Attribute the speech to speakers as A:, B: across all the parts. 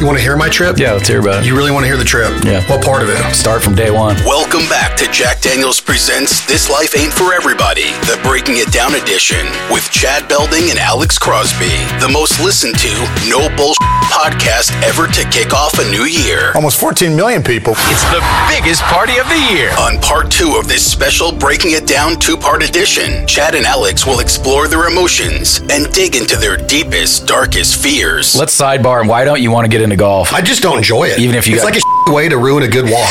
A: You want to hear my trip?
B: Yeah, let's hear about it.
A: You really want to hear the trip?
B: Yeah.
A: What part of it?
B: Start from day one.
C: Welcome back to Jack Daniels Presents This Life Ain't For Everybody, the Breaking It Down edition with Chad Belding and Alex Crosby, the most listened to, no bullshit podcast ever to kick off a new year.
D: Almost 14 million people.
E: It's the biggest party of the year.
C: On part two of this special Breaking It Down two part edition, Chad and Alex will explore their emotions and dig into their deepest, darkest fears.
B: Let's sidebar and why don't you want to get into golf?
A: I just don't enjoy it.
B: Even if you
A: it's
B: got-
A: like a way to ruin a good walk.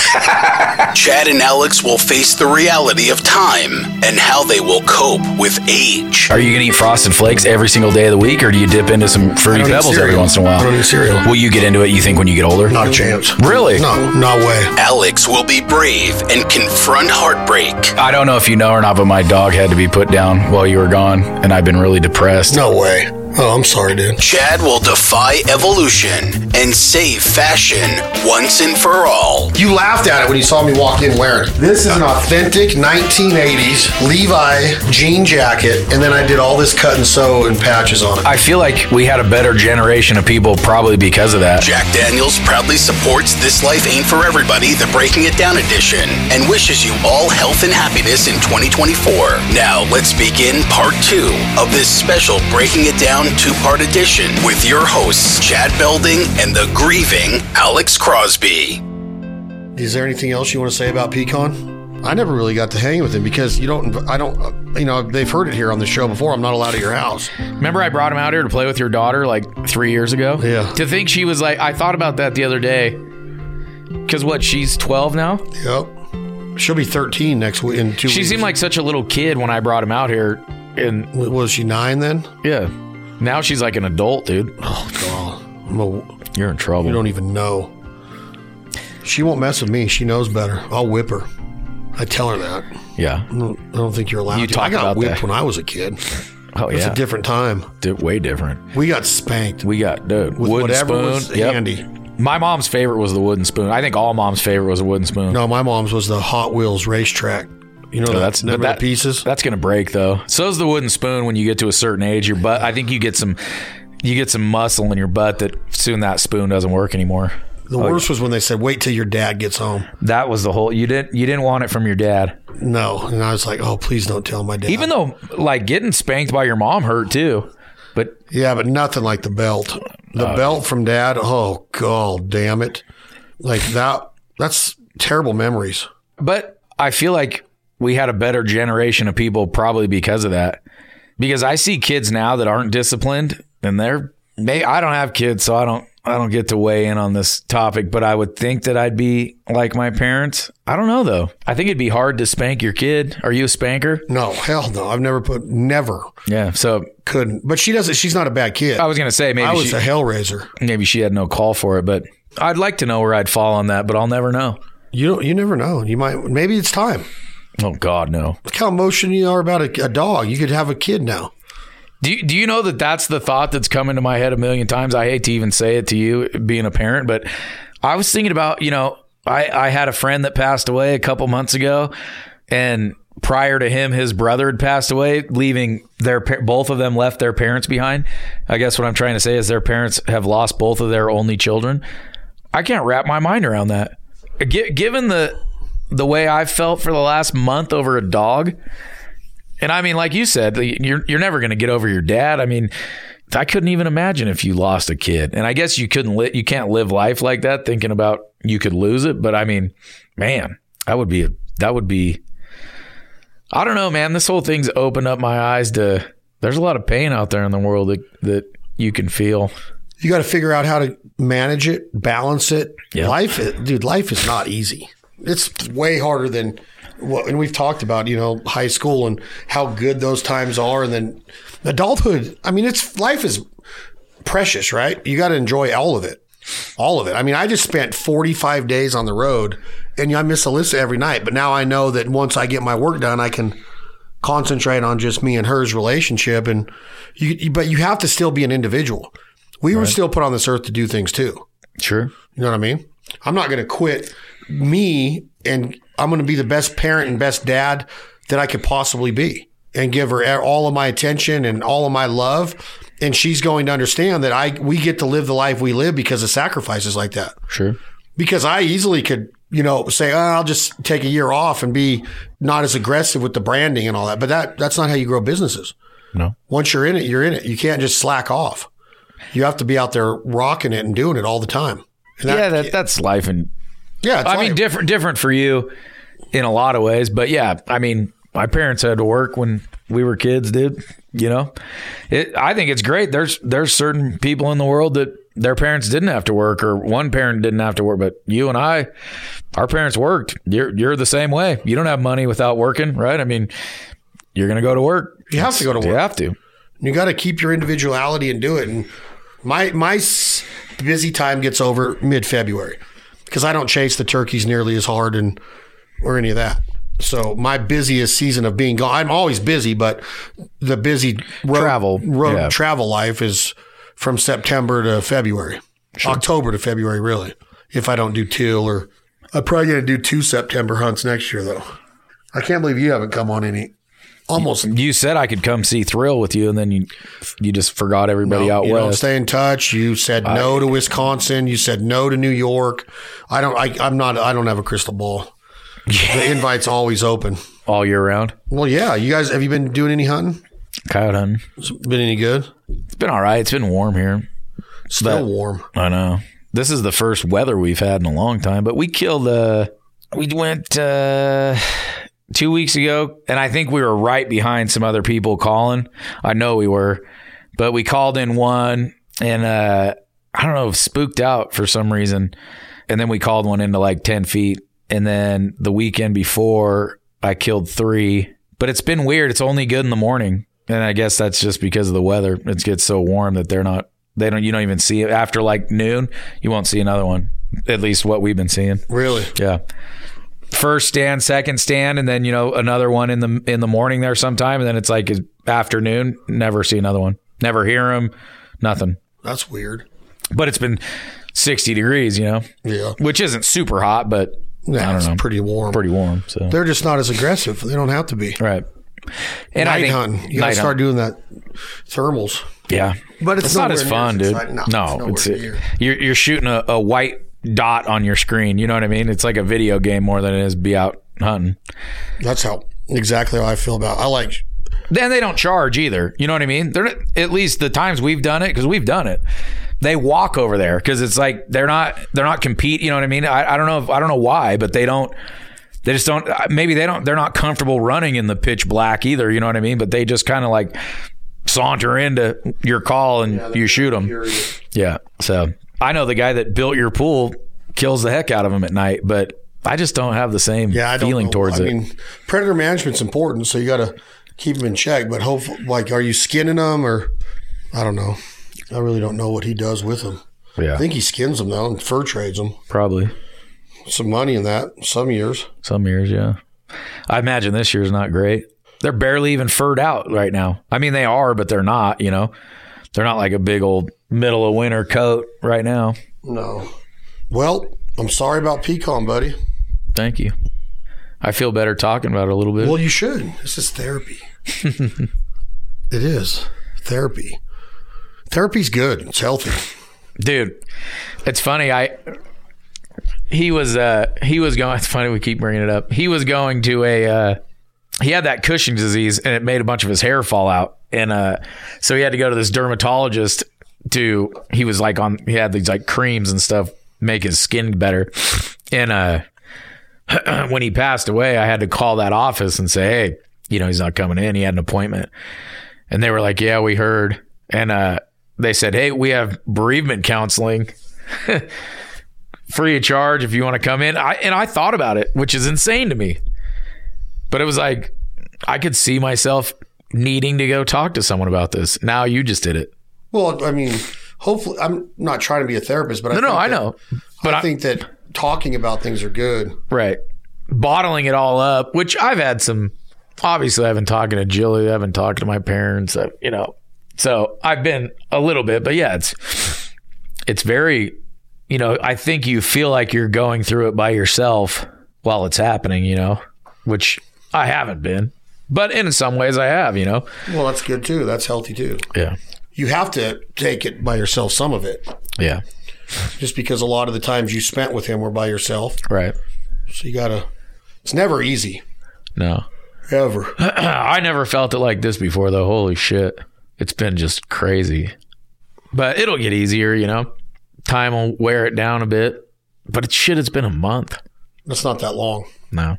C: Chad and Alex will face the reality of time and how they will cope with age.
B: Are you going to eat frosted flakes every single day of the week, or do you dip into some fruity
A: I don't eat
B: pebbles every
A: cereal.
B: once in a while?
A: I don't eat cereal.
B: Will you get into it? You think when you get older?
A: Not a chance.
B: Really?
A: No, not way.
C: Alex will be brave and confront heartbreak.
B: I don't know if you know or not, but my dog had to be put down while you were gone, and I've been really depressed.
A: No way. Oh, I'm sorry, dude.
C: Chad will defy evolution and save fashion once and for all.
A: You laughed at it when you saw me walk in wearing it. This is an authentic 1980s Levi jean jacket, and then I did all this cut and sew and patches on it.
B: I feel like we had a better generation of people probably because of that.
C: Jack Daniels proudly supports This Life Ain't For Everybody, the Breaking It Down edition, and wishes you all health and happiness in 2024. Now, let's begin part two of this special Breaking It Down two part edition with your hosts, Chad Belding and the grieving Alex Crosby.
A: Is there anything else you want to say about Pecan? I never really got to hang with him because you don't. I don't. You know, they've heard it here on the show before. I'm not allowed at your house.
B: Remember, I brought him out here to play with your daughter like three years ago?
A: Yeah.
B: To think she was like, I thought about that the other day. Because what, she's 12 now?
A: Yep. She'll be 13 next week. In two
B: She
A: weeks.
B: seemed like such a little kid when I brought him out here. And
A: What Was she nine then?
B: yeah, now she's like an adult, dude.
A: I'm a-
B: You're in trouble.
A: you don't even know. She won't mess with me. She knows better. I'll whip her. I tell her that.
B: yeah.
A: I don't, I don't think you're allowed
B: You
A: to.
B: talk
A: I got
B: about
A: whipped
B: that.
A: when I was a kid.
B: Oh,
A: It's
B: yeah.
A: a different time.
B: Di- way different.
A: We got spanked
B: We got, dude,
A: with
B: wooden
A: whatever
B: spoon.
A: was
B: Yep.
A: handy.
B: My mom's favorite was the wooden spoon. I think all mom's favorite was a wooden spoon.
A: No, my mom's was the Hot Wheels racetrack. You know,
B: So
A: that's
B: Oh, that's
A: remember
B: that
A: the pieces.
B: That's gonna break though. So is the wooden spoon when you get to a certain age. Your butt. I think you get some. You get some muscle in your butt that soon that spoon doesn't work anymore.
A: The worst was when they said, "Wait till your dad gets home."
B: That was the whole. You didn't. You didn't want it from your dad.
A: No, and I was like, "Oh, please don't tell my dad."
B: Even though like getting spanked by your mom hurt too. But
A: yeah, but nothing like the belt. The belt from dad. Oh god, damn it! Like that. That's terrible memories.
B: but I feel like we had a better generation of people probably because of that. Because I see kids now that aren't disciplined and they're they I don't have kids, so I don't I don't get to weigh in on this topic, but I would think that I'd be like my parents. I don't know though. I think it'd be hard to spank your kid. Are you a spanker?
A: No, hell no. I've never put. Never
B: Yeah. So
A: couldn't. But she doesn't. She's not a bad kid.
B: I was gonna say maybe
A: I was
B: she,
A: a hellraiser.
B: maybe she had no call for it, but I'd like to know where I'd fall on that, but I'll never know.
A: You don't. You never know. You might. Maybe it's time.
B: Oh God, no.
A: Look how emotional you are about a, a dog. You could have a kid now.
B: Do you, do you know that that's the thought that's come into my head a million times? I hate to even say it to you being a parent, but I was thinking about, you know, I, I had a friend that passed away a couple months ago and prior to him, his brother had passed away, leaving their, pa- both of them left their parents behind. I guess what I'm trying to say is their parents have lost both of their only children. I can't wrap my mind around that. Gi- Given the, the way I've felt for the last month over a dog, and I mean, like you said, you're you're never going to get over your dad. I mean, I couldn't even imagine if you lost a kid. And I guess you couldn't li- you can't live life like that thinking about you could lose it. But I mean, man, that would be a, that would be. I don't know, man. This whole thing's opened up my eyes to. There's a lot of pain out there in the world that that you can feel.
A: You got to figure out how to manage it, balance it.
B: Yeah.
A: Life, is, dude, life is not easy. It's way harder than what, and we've talked about, you know, high school and how good those times are. And then adulthood, I mean, it's life is precious, right? You got to enjoy all of it. All of it. I mean, I just spent 45 days on the road and I miss Alyssa every night. But now I know that once I get my work done, I can concentrate on just me and her's relationship and you, you but you have to still be an individual we were still put on this earth to do things too
B: Sure.
A: you know what i mean i'm not going to quit me and i'm going to be the best parent and best dad e, that i could possibly be and give her all of my attention and all of my love and she's going to understand that I we get to live the life we live because of sacrifices like that.
B: Sure.
A: Because I easily could, you know, say, oh, I'll just take a year off and be not as aggressive with the branding and all that. But that that's not how you grow businesses.
B: No.
A: Once you're in it, you're in it. You can't just slack off. You have to be out there rocking it and doing it all the time. And
B: yeah, that, that's life and
A: yeah. it's
B: I mean,
A: life.
B: different different for you in a lot of ways, but yeah, I mean, my parents had to work when we were kids, dude. You know, it. I think it's great. There's there's certain people in the world that their parents didn't have to work, or one parent didn't have to work, but you and I, our parents worked. You're you're the same way. You don't have money without working, right? I mean, you're gonna go to work.
A: You have to go to
B: You
A: work.
B: have to.
A: You got to keep your individuality and do it. And my my s- busy time gets over mid February because I don't chase the turkeys nearly as hard and or any of that. So my busiest season of being gone, I'm always busy, but the busy road,
B: Travel,
A: road
B: yeah.
A: travel life is from September to February, October to February, really. If I don't do teal or I'm probably gonna do two September hunts next year though. I can't believe you haven't come on any. Almost
B: You said I could come see Thrill with you, and then you you just forgot everybody out
A: you don't
B: west.
A: stay in touch. You said no to Wisconsin. You said no to New York. I don't. I, I'm not. I don't have a crystal ball. The invite's always open.
B: all year round.
A: Well, yeah. You guys, have you been doing any hunting?
B: Coyote hunting.
A: Has it been any good?
B: It's been all right. It's been warm here.
A: Still
B: But-
A: warm.
B: I know. This is the first weather we've had in a long time, but we killed uh we went uh two weeks ago and I think we were right behind some other people calling. I know we were, but we called in one and uh I don't know, spooked out for some reason. And then we called one into like ten feet. And then the weekend before I killed three. But it's been weird. It's only good in the morning. And I guess that's just because of the weather. It gets so warm that they're not they don't you don't even see it after like noon you won't see another one at least what we've been seeing
A: Really?
B: yeah first stand second stand and then you know another one in the in the morning there sometime and then it's like afternoon never see another one never hear them nothing
A: That's weird.
B: but it's been 60 degrees you know
A: Yeah.
B: which isn't super hot but
A: Yeah.
B: don't
A: it's
B: know.
A: pretty warm.
B: pretty warm so
A: They're just not as aggressive. They don't have to be.
B: right and
A: Night hunting. You got to
B: night
A: start
B: hunt,
A: doing that. Thermals.
B: yeah
A: But it's
B: it's not
A: nowhere
B: as
A: near
B: fun
A: as
B: dude
A: exciting. No,
B: no,
A: it's
B: it's,
A: nowhere near.
B: you're, you're shooting a, a white dot on your screen you know what i mean it's like a video game more than it is be out hunting
A: That's how exactly how I feel about. I like.
B: Then they don't charge either. You know what I mean? They're not, at least the times we've done it because we've done it. They walk over there because it's like they're not they're not compete. You know what I mean? I, I don't know if, I don't know why, but they don't. They just don't. uh, Maybe they don't. They're not comfortable running in the pitch black either. You know what I mean? But they just kind of like saunter into your call and you shoot them. Yeah. So I know the guy that built your pool kills the heck out of him at night, but I just don't have the same
A: Yeah, I don't
B: feeling
A: know.
B: towards
A: I
B: it.
A: mean, predator management's important, so you got to keep them in check. But hopefully, like, are you skinning them or I don't know. I really don't know what he does with them.
B: yeah.
A: I think he skins them though and fur trades them.
B: probably.
A: Some money in that some years.
B: Some years, yeah. I imagine this year's not great. They're barely even furred out right now. I mean, they are, but they're not, you know. They're not like a big old middle of winter coat right now.
A: No. Well, I'm sorry about pecan, buddy.
B: Thank you. I feel better talking about it a little bit.
A: Well, you should. This is therapy. it is therapy. Therapy's good. It's healthy.
B: Dude, it's funny. I he was uh he was going it's funny we keep bringing it up. He was going to a uh he had that Cushing disease and it made a bunch of his hair fall out. And uh, so he had to go to this dermatologist to, he was like on, he had these like creams and stuff, make his skin better. And uh, when he passed away, I had to call that office and say, hey, you know, he's not coming in. He had an appointment. And they were like, yeah, we heard. And uh, they said, hey, we have bereavement counseling. Free of charge if you want to come in. I, and I thought about it, which is insane to me but it was like I could see myself needing to go talk to someone about this. Now you just did it.
A: Well, I mean, hopefully, I'm not trying to be a therapist, but I
B: No, no,
A: think
B: I
A: that-
B: know, but
A: I,
B: I-
A: think that talking about things are good.
B: right? Bottling it all up, which I've had some. Obviously, I've been talking to Jilly. I've been talking to my parents. I, you know, so I've been a little bit, but yeah, it's it's very. You know, I think you feel like you're going through it by yourself while it's happening. You know, which I haven't been, but in some ways I have. You know,
A: Well, that's good too. That's healthy too.
B: yeah,
A: You
F: you have to take it by yourself, some of it,
B: Yeah.
F: just because a lot of the times you spent with him were by yourself.
B: Right.
F: So you got to, it's never easy,
B: No.
F: ever.
B: I never felt it like this before, though. Holy shit. It's been just crazy. But it'll get easier, you know? Time will wear it down a bit. But it's shit, it's been a month.
F: It's not that long
B: No.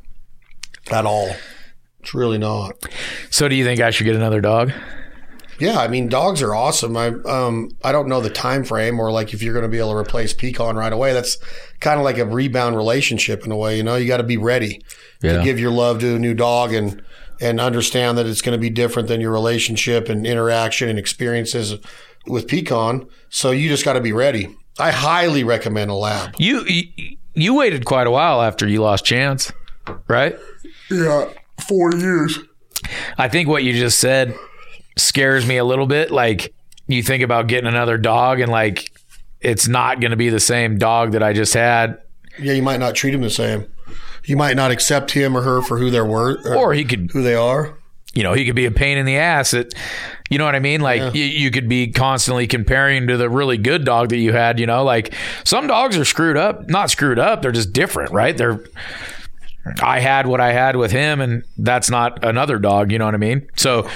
F: at all. It's really not.
B: So do you think I should get another dog?
F: Yeah, I mean, dogs are awesome. I um, I don't know the time frame or like if you're going to be able to replace Pecan right away. That's kind of like a rebound relationship in a way. You know, you got to be ready
B: Yeah.
F: to give your love to a new dog and and understand that it's going to be different than your relationship and interaction and experiences with Pecan. So you just got to be ready. I highly recommend a lab.
B: You, you you waited quite a while after you lost chance, right?
F: Yeah, four years.
B: I think what you just said scares me a little bit. Like you think about getting another dog and like it's not going to be the same dog that I just had
F: Yeah, you might not treat him the same. You might not accept him or her for who they were
B: or he could
F: who they are.
B: you know, he could be a pain in the ass. It, you know what I mean? Like you, you could be constantly comparing to the really good dog that you had. You know, like some dogs are screwed up, not screwed up. They're just different, right? They're. I had what I had with him, and that's not another dog. You know what I mean? So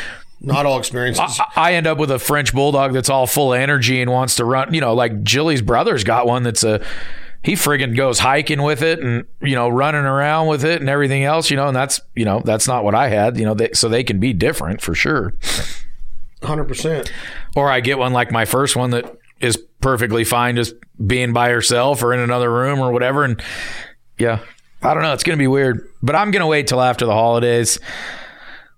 F: Not all experiences.
B: I- I end up with a French bulldog that's all full of energy and wants to run. You know, like Jilly's brother's got one that's a he friggin' goes hiking with it and you know running around with it and everything else. You know, and that's you know that's not what I had. You know, they, so they can be different for sure.
F: Hundred percent.
B: Or I get one like my first one that is perfectly fine just being by herself or in another room or whatever. And yeah, I don't know. It's going to be weird, but I'm going to wait till after the holidays,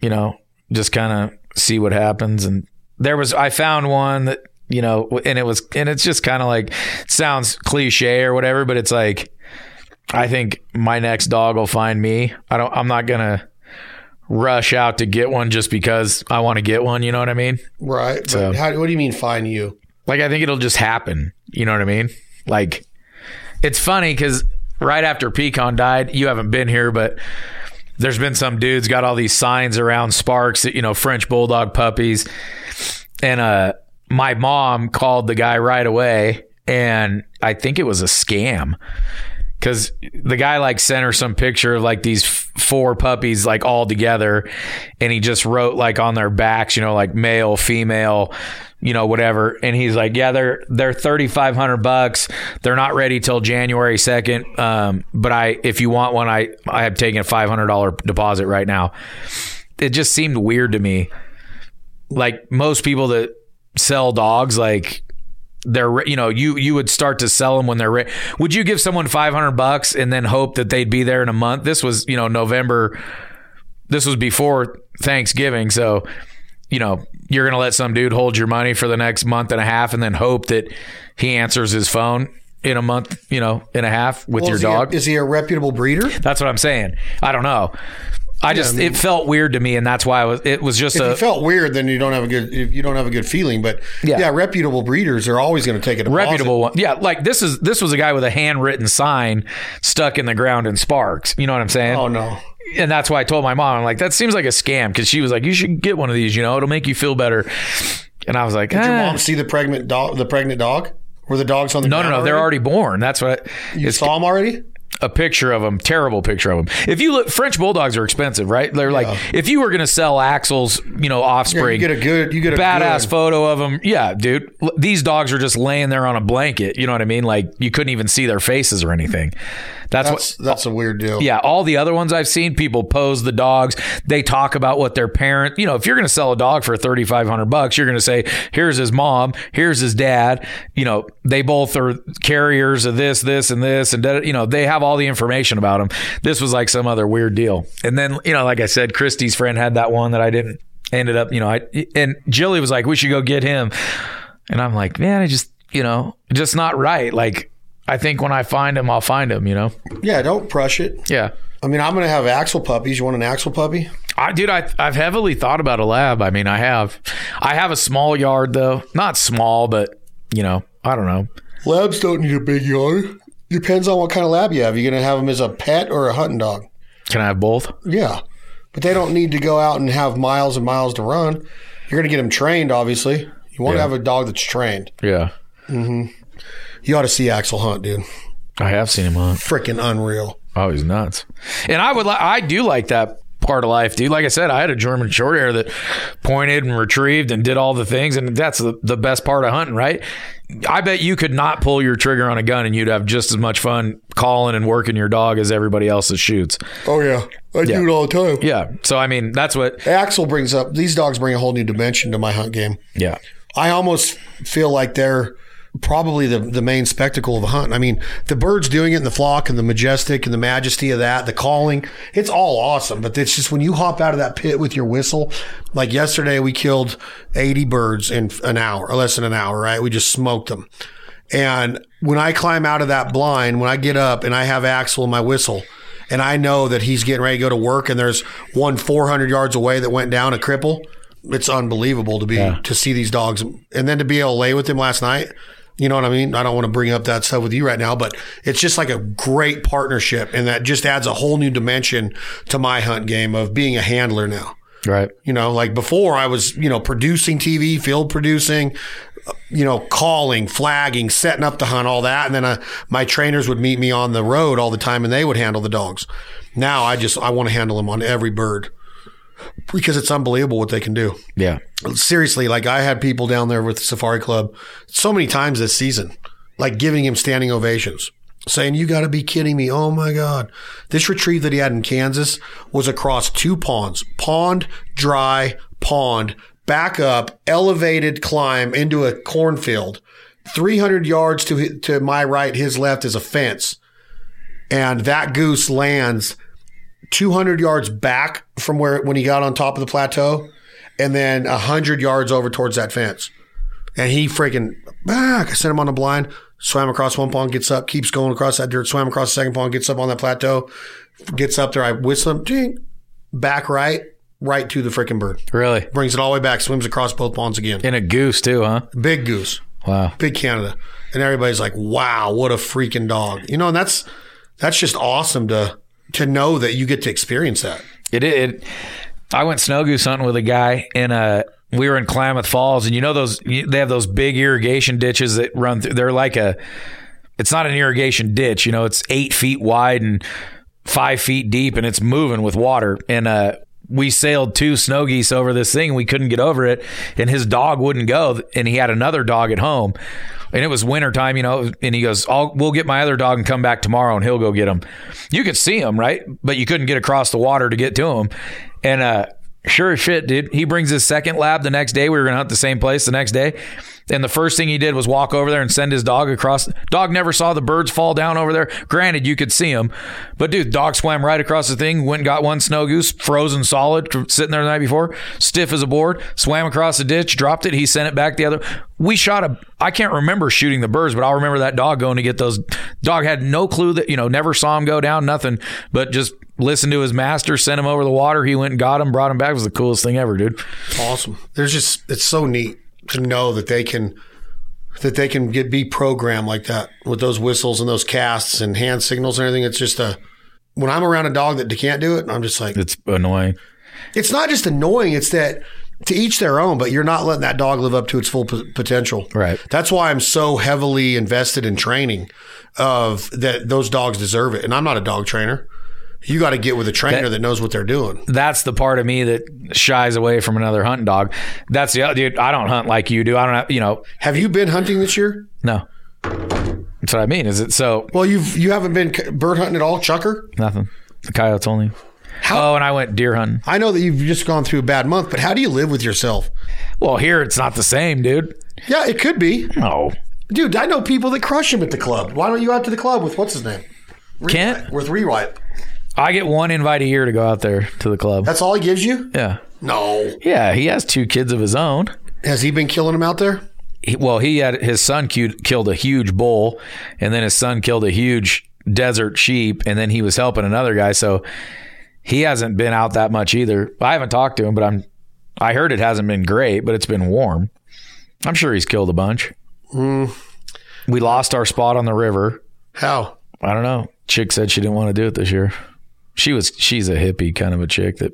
B: you know, just kind of see what happens. And there was, I found one that, you know, and it was, and it's just kind of like, sounds cliche or whatever, but it's like, I think my next dog will find me. I don't, I'm not going to rush out to get one just because I want to get one. You know what I mean?
F: Right. But how, what do you mean find you?
B: Like I think it'll just happen. You know what I mean? Like it's funny because right after Pecan died, you haven't been here, but there's been some dudes got all these signs around Sparks, you know, French bulldog puppies, and uh, my mom called the guy right away, and I think it was a scam because the guy like sent her some picture of like these f- four puppies like all together and he just wrote like on their backs you know like male female you know whatever and he's like yeah they're they're 3500 bucks they're not ready till january 2nd um, but i if you want one i i have taken a $500 deposit right now it just seemed weird to me like most people that sell dogs like they're re- you know you you would start to sell them when they're ready. Would you give someone 500 bucks and then hope that they'd be there in a month? This was, you know, November this was before Thanksgiving, so you know, you're going to let some dude hold your money for the next month and a half and then hope that he answers his phone in a month, you know, and a half with
F: Well,
B: your
F: is
B: dog.
F: He a, is he a reputable breeder?
B: that's what I'm saying. I don't know. I just it felt weird to me and that's why I was it was just
F: If
B: a
F: you felt weird, then you don't have a good if you don't have a good feeling. But
B: Yeah.
F: yeah, reputable breeders are always going to take a deposit.
B: reputable one. Yeah, like this is this was a guy with a handwritten sign stuck in the ground in Sparks. You know what I'm saying?
F: Oh no,
B: And that's why I told my mom. I'm like, that seems like a scam because she was like, you should get one of these. You know, it'll make you feel better. And I was like,
F: did your
B: "Ah."
F: mom see the pregnant dog? The pregnant dog? Were the dogs on the
B: no, no,
F: ground
B: no, they're already born. That's what
F: You
B: it's
F: saw them already.
B: a picture of them. Terrible picture of them. If you look, French bulldogs are expensive, right? They're like, if you were going to sell Axel's, you know,
F: You
B: offspring,
F: get a good, you get a
B: badass
F: good-
B: photo of them. Yeah, dude. L- These dogs are just laying there on a blanket. You know what I mean? Like you couldn't even see their faces or anything. That's,
F: That's that's a weird deal.
B: what. Yeah, all the other ones I've seen, people pose the dogs. They talk about what their parent. You know, if you're going to sell a dog for thirty five hundred bucks, you're going to say, "Here's his mom. Here's his dad." You know, they both are carriers of this, this, and this, and da- you know, they have all the information about them. This was like some other weird deal. And then, you know, like I said, Christie's friend had that one that I didn't ended up, you know, I and Jilly was like, "We should go get him," and I'm like, "Man, I just, you know, just not right." Like, I think when I find him, I'll find him. You know?
F: yeah. Don't crush it.
B: Yeah.
F: I mean, I'm going to have axle puppies. You want an axle puppy?
B: I, dude, I, I've heavily thought about a lab. I mean, I have, I have a small yard though, not small, but you know, I don't know.
F: Labs don't need a big yard. Depends on what kind of lab you have. You're going to have them as a pet or a hunting dog.
B: Can I have both?
F: Yeah, but they don't need to go out and have miles and miles to run. You're going to get them trained, obviously. You You want to have a dog that's trained.
B: Yeah.
F: You ought to see Axel Hunt, dude.
B: I have seen him on.
F: Freaking unreal.
B: Oh, he's nuts. And I would like I do like that part of life, dude. Like I said, I had a German short hair that pointed and retrieved and did all the things, and that's the, the best part of hunting, right? I bet you could not pull your trigger on a gun and you'd have just as much fun calling and working your dog as everybody else that shoots.
F: Oh yeah, I do it all the time.
B: Yeah. So I mean that's what
F: Axel brings up these dogs bring a whole new dimension to my hunt game.
B: Yeah.
F: I almost feel like they're probably the, the main spectacle of the hunt. I mean, the birds doing it in the flock and the majestic and the majesty of that, the calling, it's all awesome. But it's just when you hop out of that pit with your whistle, like yesterday, we killed 80 birds in an hour, or less than an hour, right? We just smoked them. And when I climb out of that blind, when I get up and I have Axel in my whistle, and I know that he's getting ready to go to work, and there's one 400 yards away that went down a cripple. It's unbelievable to be to see these dogs, and then to be able to lay with him last night. You know what I mean? I don't want to bring up that stuff with you right now, but it's just like a great partnership, and that just adds a whole new dimension to my hunt game of being a handler now.
B: Right.
F: You know, like before I was, you know, producing TV, field producing, uh, you know, calling, flagging, setting up the hunt, all that. And then uh, my trainers would meet me on the road all the time and they would handle the dogs. Now I just, I want to handle them on every bird because it's unbelievable what they can do.
B: Yeah.
F: Seriously, like I had people down there with the Safari Club so many times this season, like giving him standing ovations. Saying, you got to be kidding me. Oh my God. This retrieve that he had in Kansas was across two ponds pond, dry, pond, back up, elevated climb into a cornfield. 300 yards to, hi- to my right, his left is a fence. And that goose lands 200 yards back from where when he got on top of the plateau and then 100 yards over towards that fence. And he freaking back. I sent him on the blind, swam across one pond, gets up, keeps going across that dirt, swam across the second pond, gets up on that plateau, gets up there. I whistle him, ding, back right, right to the freaking bird.
B: Really.
F: Brings it all the way back, swims across both ponds again.
B: And a goose too, huh?
F: Big goose,
B: Wow.
F: big Canada. And everybody's like, wow, what a freaking dog. You know, and that's that's just awesome to to know that you get to experience that.
B: It it. I went snow goose hunting with a guy in a. We were in Klamath Falls, and you know those they have those big irrigation ditches that run through. They're like a. It's not an irrigation ditch, you know. It's eight feet wide and five feet deep, and it's moving with water. And uh, we sailed two snow geese over this thing, and we couldn't get over it. And his dog wouldn't go, and he had another dog at home. And it was wintertime, you know. And he goes, I'll, "We'll get my other dog and come back tomorrow, and he'll go get him." You could see him, right? But you couldn't get across the water to get to him. And uh, sure as shit, dude, he brings his second lab the next day. We were gonna hunt the same place the next day, and the first thing he did was walk over there and send his dog across. Dog never saw the birds fall down over there. Granted, you could see them, but dude, dog swam right across the thing. Went and got one snow goose, frozen solid, tr- sitting there the night before, stiff as a board. Swam across the ditch, dropped it. He sent it back the other. We shot a. I can't remember shooting the birds, but I'll remember that dog going to get those. Dog had no clue that you know, never saw him go down, nothing, but just listened to his master, sent him over the water. He went and got him, brought him back. It was the coolest thing ever, dude.
F: awesome. There's just it's so neat to know that they can that they can get be programmed like that with those whistles and those casts and hand signals and everything. It's just a when I'm around a dog that can't do it, I'm just like
B: It's annoying.
F: it's not just annoying. It's that to each their own, but you're not letting that dog live up to its full p- potential.
B: Right.
F: That's why I'm so heavily invested in training of that those dogs deserve it. And I'm not a dog trainer. You got to get with a trainer that knows what they're doing.
B: That's the part of me that shies away from another hunting dog. That's the other dude. I don't hunt like you do. I don't have, you know,
F: Have you been hunting this year?
B: no. That's what I mean. Is it so?
F: Well, you've you haven't been c- bird hunting at all, Chucker.
B: Nothing. The coyotes only. oh, and I went deer hunting.
F: I know that you've just gone through a bad month, but how do you live with yourself?
B: Well, here it's not the same, dude.
F: Yeah, it could be.
B: No.
F: Dude, I know people that crush him at the club. Why don't you go out to the club with what's his name?
B: Kent,
F: With Rewipe.
B: I get one invite a year to go out there to the club.
F: That's all he gives you?
B: yeah.
F: No.
B: Yeah. He has two kids of his own.
F: Has he been killing him out there?
B: he- well, he had his son cute, killed a huge bull, and then his son killed a huge desert sheep, and then he was helping another guy. So he hasn't been out that much either. I haven't talked to him, but I'm I heard it hasn't been great, but it's been warm. I'm sure he's killed a bunch. We lost our spot on the river.
F: How?
B: I don't know. Chick said she didn't want to do it this year. She was she's a hippie kind of a chick that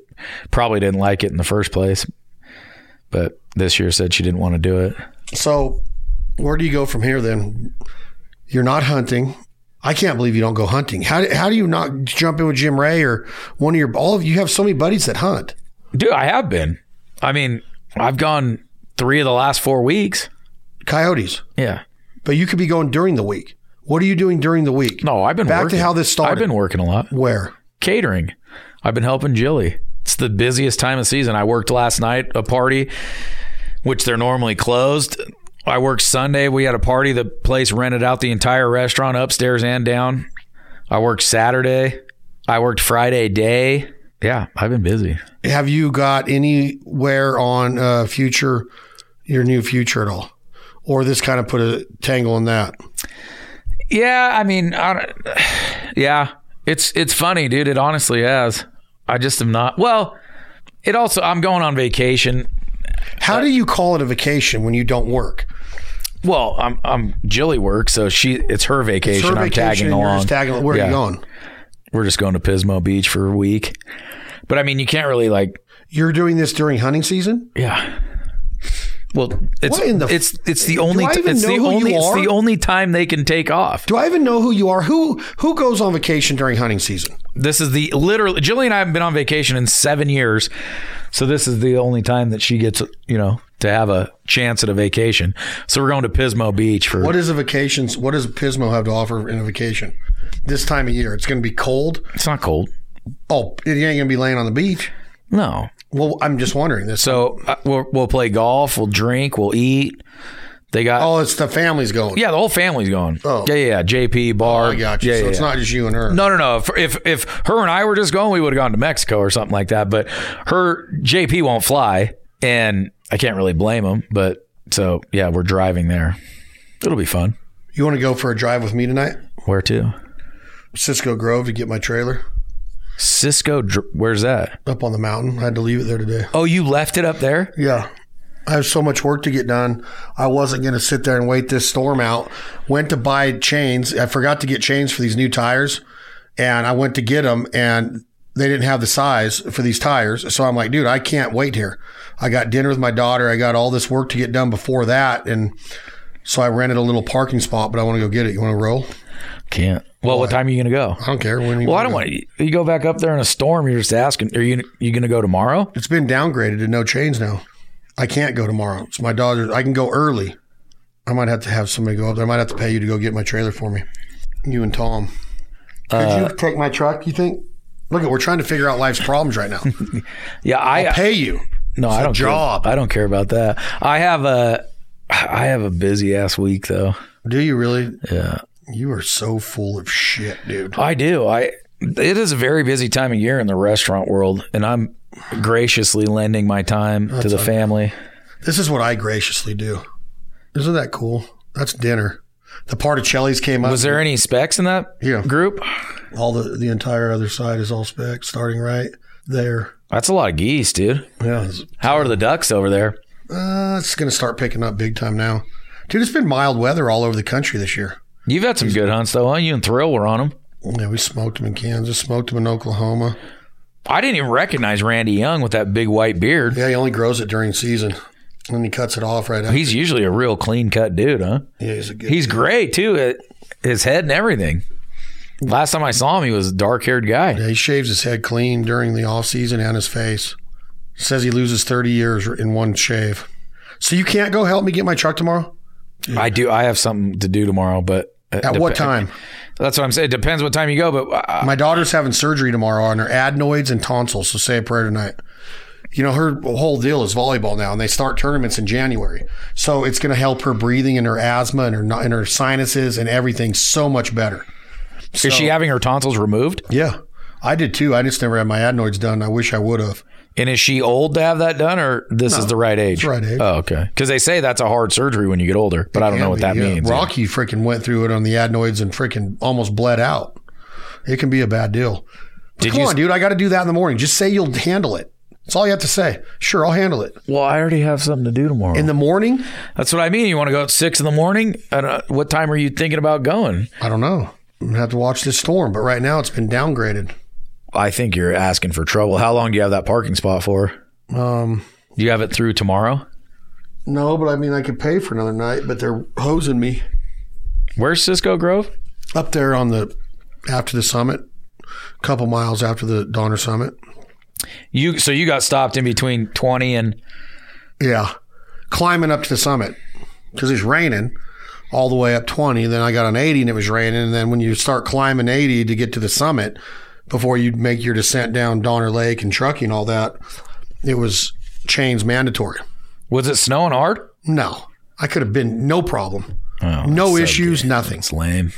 B: probably didn't like it in the first place, but this year said she didn't want to do it.
F: So, where do you go from here then? You're not hunting. I can't believe you don't go hunting. How, how do you not jump in with Jim Ray or one of your all of you have so many buddies that hunt?
B: Dude, I have been. I mean, I've gone three of the last four weeks.
F: Coyotes.
B: Yeah.
F: But you could be going during the week. What are you doing during the week?
B: No, I've been
F: back
B: working.
F: to how this started.
B: I've been working a lot.
F: where
B: Catering. I've been helping Jilly. It's the busiest time of season. I worked last night a party, which they're normally closed. I worked Sunday. We had a party. The place rented out the entire restaurant upstairs and down. I worked Saturday. I worked Friday day. Yeah, I've been busy.
F: have you got anywhere on uh, future your new future at all, or this kind of put a tangle in that?
B: Yeah, I mean, I don't, yeah, it's it's funny, dude. It honestly has. I just am not. Well, it also I'm going on vacation.
F: How do you call it a vacation when you don't work?
B: Well, I'm I'm Jilly work, so she it's her vacation.
F: Her
B: I'm tagging
F: and you're
B: along.
F: just tagging along. Where are
B: Yeah.
F: you going?
B: We're just going to Pismo Beach for a week. But I mean, you can't really like
F: You're doing this during hunting season.
B: Yeah. Well, it's
F: What in the f-
B: it's it's the only
F: I
B: t-
F: even
B: it's
F: know
B: the
F: who you
B: only it's
F: are?
B: the only time they can take off.
F: Do I even know who you are? Who who goes on vacation during hunting season?
B: This is the literally Jilly and I haven't been on vacation in seven years, so this is the only time that she gets you know to have a chance at a vacation. So we're going to Pismo Beach for
F: What is a vacation? What does Pismo have to offer in a vacation? This time of year, it's going to be cold.
B: it's not cold.
F: Oh, you ain't going to be laying on the beach.
B: No,
F: Well, I'm just wondering this.
B: so uh, we'll, we'll play golf, we'll drink, we'll eat. They got
F: Oh, it's the family's going.
B: yeah, the whole family's going.
F: Oh.
B: yeah, yeah, yeah. JP bar.
F: I got you.
B: Yeah,
F: so
B: yeah,
F: it's
B: yeah.
F: not just you and her.
B: No, no, no. If, if if her and I were just going, we would have gone to Mexico or something like that. But her JP won't fly, and I can't really blame him. But so yeah, we're driving there. It'll be fun.
F: You want to go for a drive with me tonight?
B: Where to?
F: Cisco Grove to get my trailer
B: Cisco. Dr- Where's that?
F: up on the mountain. I had to leave it there today.
B: Oh, you left it up there.
F: Yeah. I have so much work to get done. I wasn't going to sit there and wait this storm out. Went to buy chains. I forgot to get chains for these new tires. And I went to get them and they didn't have the size for these tires. So I'm like, dude, I can't wait here. I got dinner with my daughter. I got all this work to get done before that. And so I rented a little parking spot, but I want to go get it. You want to roll?
B: Can't. Well, what time are you gonna go?
F: I don't care. When you
B: Well, I
F: wanna
B: don't
F: go.
B: want you. You go back up there in a storm. You're just asking. Are you you gonna go tomorrow?
F: It's been downgraded to no chains now. I can't go tomorrow. It's my daughter. I can go early. I might have to have somebody go up there. I might have to pay you to go get my trailer for me. You and Tom. Could you take my truck? You think? Look, we're trying to figure out life's problems right now.
B: Yeah, I
F: pay you.
B: no, I don't
F: job.
B: Care. I don't care about that. I have a I have a busy ass week though.
F: Do you really?
B: Yeah.
F: You are so full of shit, dude.
B: I do. I it is a very busy time of year in the restaurant world, and I'm graciously lending my time to the family.
F: This is what I graciously do. Isn't that cool? That's dinner. The particellis came up.
B: Was there any specs in that
F: Yeah.
B: group?
F: all the the entire other side is all spec, starting right there.
B: That's a lot of geese, dude.
F: Yeah, it's-
B: How are the ducks over there?
F: Uh, it's going to start picking up big time now. Dude, it's been mild weather all over the country this year.
B: You've had some good hunts though. Huh? You and Thrill were on them.
F: Yeah, we smoked them in Kansas, smoked them in Oklahoma.
B: I didn't even recognize Randy Young with that big white beard.
F: Yeah, he only grows it during season. And he cuts it off right after.
B: He's usually a real clean cut dude, huh?
F: Yeah, he's a good.
B: He's gray too, at his head and everything. Last time I saw him, he was a dark haired guy.
F: yeah, he shaves his head clean during the off season and his face. Says he loses 30 years in one shave. So you can't go help me get my truck tomorrow?
B: I do. I have something to do tomorrow, but
F: At what time?
B: That's what I'm saying. It depends what time you go, but uh,
F: My daughter's having surgery tomorrow on her adenoids and tonsils, so say a prayer tonight. You know, her whole deal is volleyball now, and they start tournaments in January. So it's going to help her breathing and her asthma and her, no- and her sinuses and everything so much better.
B: is she having her tonsils removed?
F: Yeah. I did too. I just never had my adenoids done. I wish I would have.
B: And is she old to have that done, or this is the right age?
F: the right age.
B: Oh, okay. Because they say that's a hard surgery when you get older, but I don't know what that
F: Yeah.
B: means.
F: Rocky freaking went through it on the adenoids and freaking almost bled out. It can be a bad deal. Did Come
B: you-
F: on, dude. I got to do that in the morning. Just say you'll handle it. That's all you have to say. Sure, I'll handle it.
B: Well, I already have something to do tomorrow.
F: In the morning,
B: that's what I mean. You want to go at six in the morning? I don't, what time are you thinking about going?
F: I don't know. I'm gonna have to watch this storm, but right now it's been downgraded.
B: I think you're asking for trouble. How long do you have that parking spot for?
F: Um,
B: Do you have it through tomorrow?
F: No, but I mean, I could pay for another night, but they're hosing me
B: Where's Cisco Grove?
F: up there on the after the summit, a couple miles after the Donner Summit.
B: You so you got stopped in between twenty and
F: Yeah, climbing up to the summit because it's raining all the way up 20. Then I got on 80 and it was raining. And then when you start climbing 80 to get to the summit before you make your descent down Donner Lake and Truckee and all that, it was chains mandatory.
B: was it snowing hard?
F: No, I could have been no problem. no issues, nothing.
B: lame.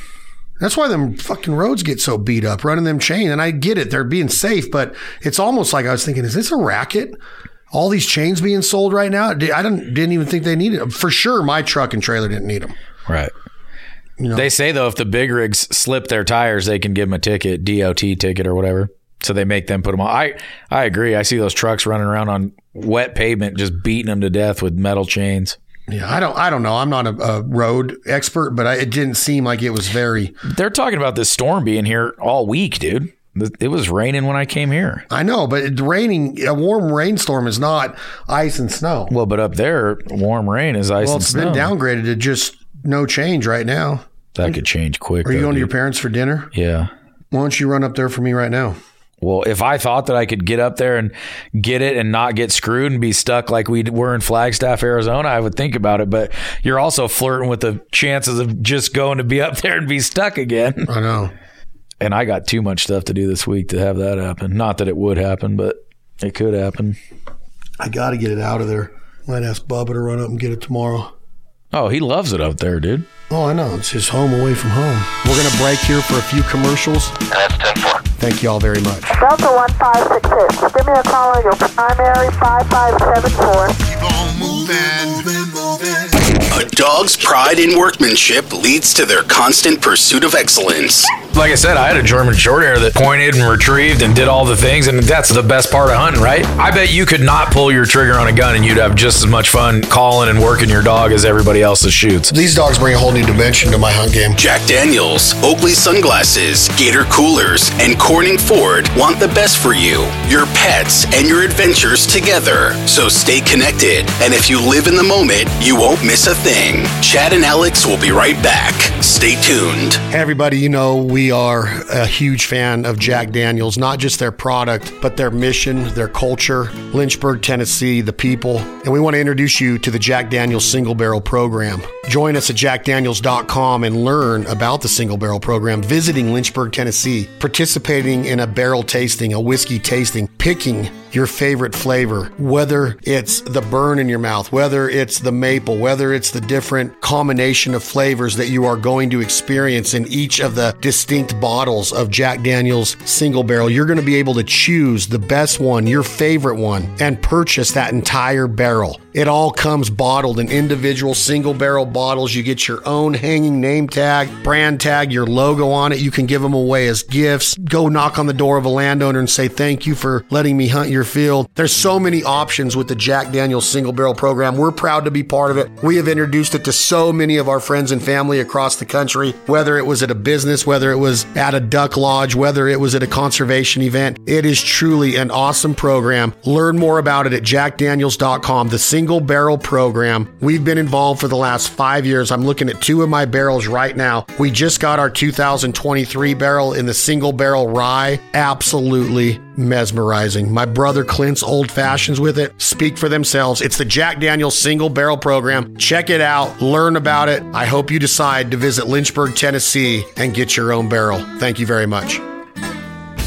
F: That's why them fucking roads get so beat up running them chain. And I get it, they're being safe, but it's almost like I was thinking, is this a racket? All these chains being sold right now. I didn't didn't even think they needed them. For sure, my truck and trailer didn't need them.
B: Right. They say though, if the big rigs slip their tires, they can give them a ticket, DOT ticket or whatever. So they make them put them on. I I agree. I see those trucks running around on wet pavement, just beating them to death with metal chains.
F: Yeah, I don't. I don't know. I'm not a, a road expert, but I, it didn't seem like it was very.
B: They're talking about this storm being here all week, dude. Th- It was raining when I came here.
F: I know, but it raining a warm rainstorm is not ice and snow.
B: Well, but up there, warm rain is ice
F: Well,
B: and
F: it's
B: snow.
F: been downgraded to just no change right now.
B: That could change quick.
F: Are you
B: though,
F: going to your
B: dude.
F: parents for dinner?
B: Yeah.
F: Why don't you run up there for me right now?
B: Well, if I thought that I could get up there and get it and not get screwed and be stuck like we were in Flagstaff, Arizona, I would think about it. But you're also flirting with the chances of just going to be up there and be stuck again.
F: I know.
B: And I got too much stuff to do this week to have that happen. Not that it would happen, but it could happen.
F: I got to get it out of there. Might ask Bubba to run up and get it tomorrow.
B: Oh, he loves it up there, dude.
F: Oh, I know. It's his home away from home. We're going to break here for a few commercials.
G: And that's 10-4.
F: Thank you all very much.
H: Delta 1566. Give me a call on your primary 5574.
C: A dog's pride in workmanship leads to their constant pursuit of excellence.
B: Like I said, I had a German short hair that pointed and retrieved and did all the things, and that's the best part of hunting, right? I bet you could not pull your trigger on a gun and you'd have just as much fun calling and working your dog as everybody else that shoots.
F: These dogs bring a whole new dimension to my hunt game.
C: Jack Daniels, Oakley Sunglasses, Gator Coolers, and Corning Ford want the best for you, your pets, and your adventures together. So stay connected, and if you live in the moment, you won't miss a thing. Chad and Alex will be right back. Stay tuned.
F: Hey, everybody, you know, we are a huge fan of Jack Daniels, not just their product, but their mission, their culture, Lynchburg, Tennessee, the people. And we want to introduce you to the Jack Daniels Single Barrel Program. Join us at jackdaniels.com and learn about the Single Barrel Program, visiting Lynchburg, Tennessee, participating in a barrel tasting, a whiskey tasting, picking your favorite flavor, whether it's the burn in your mouth, whether it's the maple, whether it's the different combination of flavors that you are going to experience in each of the distinct bottles of Jack Daniel's single barrel, you're going to be able to choose the best one, your favorite one, and purchase that entire barrel. It all comes bottled in individual single barrel bottles. You get your own hanging name tag, brand tag, your logo on it. You can give them away as gifts. Go knock on the door of a landowner and say, Thank you for letting me hunt your field. There's so many options with the Jack Daniels single barrel program. We're proud to be part of it. We have introduced it to so many of our friends and family across the country, whether it was at a business, whether it was at a duck lodge, whether it was at a conservation event. It is truly an awesome program. Learn more about it at jackdaniels.com, the single barrel program. We've been involved for the last five years. I'm looking at two of my barrels right now. We just got our 2023 barrel in the single barrel rye. Absolutely mesmerizing. My brother Clint's old fashions with it speak for themselves. It's the Jack Daniels single barrel program. Check it out, learn about it. I hope you decide to visit Lynchburg, Tennessee and get your own barrel. Thank you very much.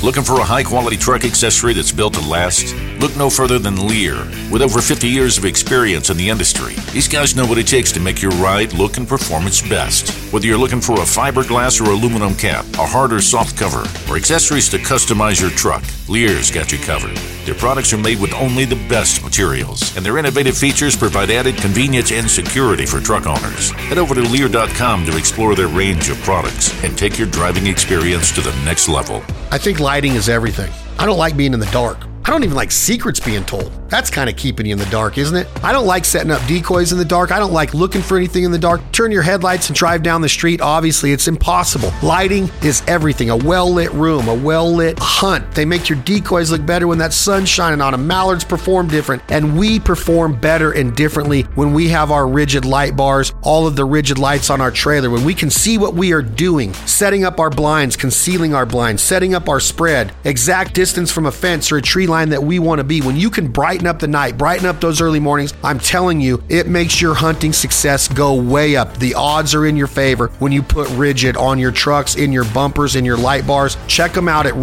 I: Looking for a high quality truck accessory that's built to last? Look no further than Lear. With over 50 years of experience in the industry, these guys know what it takes to make your ride look and perform its best. Whether you're looking for a fiberglass or aluminum cap, a hard or soft cover, or accessories to customize your truck, Lear's got you covered. Their products are made with only the best materials, and their innovative features provide added convenience and security for truck owners. Head over to Lear.com to explore their range of products and take your driving experience to the next level.
F: I think lighting is everything. I don't like being in the dark. I I don't even like secrets being told. That's kind of keeping you in the dark, isn't it? I don't like setting up decoys in the dark. I don't like looking for anything in the dark. Turn your headlights and drive down the street. Obviously, it's impossible. Lighting is everything. A well lit room, a well lit hunt. They make your decoys look better when that sun's shining on them. Mallards perform different, and we perform better and differently when we have our rigid light bars, all of the rigid lights on our trailer, when we can see what we are doing, setting up our blinds, concealing our blinds, setting up our spread, exact distance from a fence or a tree line that we want to be. When you can brighten up the night, brighten up those early mornings, I'm telling you, it makes your hunting success go way up. The odds are in your favor when you put rigid on your trucks, in your bumpers, in your light bars. Check them out at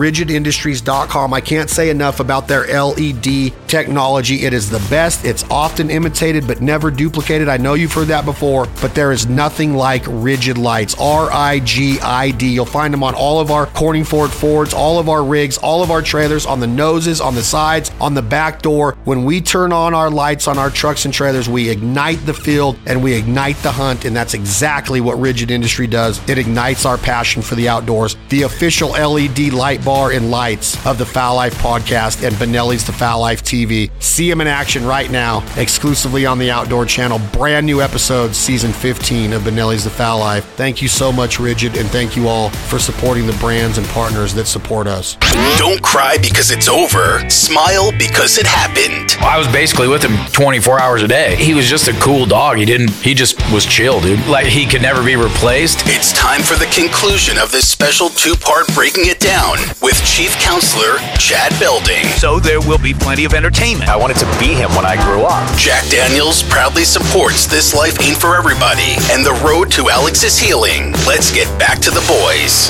F: rigidindustries.com. I can't say enough about their LED technology. It is the best. It's often imitated but never duplicated. I know you've heard that before, but there is nothing like rigid lights. R I G I D. You'll find them on all of our Corning Ford Fords, all of our rigs, all of our trailers, on the noses, on the sides, on the back door. When we turn on our lights on our trucks and trailers, we ignite the field and we ignite the hunt. And that's exactly what Rigid Industry does. It ignites our passion for the outdoors. The official LED light bar and lights of the Foul Life podcast and Benelli's The Foul Life TV. See them in action right now, exclusively on the Outdoor Channel. Brand new episode, season 15 of Benelli's The Foul Life. Thank you so much, Rigid, and thank you all for supporting the brands and partners that support us.
C: Don't cry because it's over. Smile because it happened.
G: I was basically with him 24 hours a day. He was just a cool dog. He didn't, he just was chill, dude. Like he could never be replaced.
C: It's time for the conclusion of this special two part Breaking It Down with Chief Counselor Chad Belding.
I: So there will be plenty of entertainment. I wanted to be him when I grew up.
C: Jack Daniels proudly supports This Life Ain't For Everybody and the road to Alex's healing. Let's get back to the boys.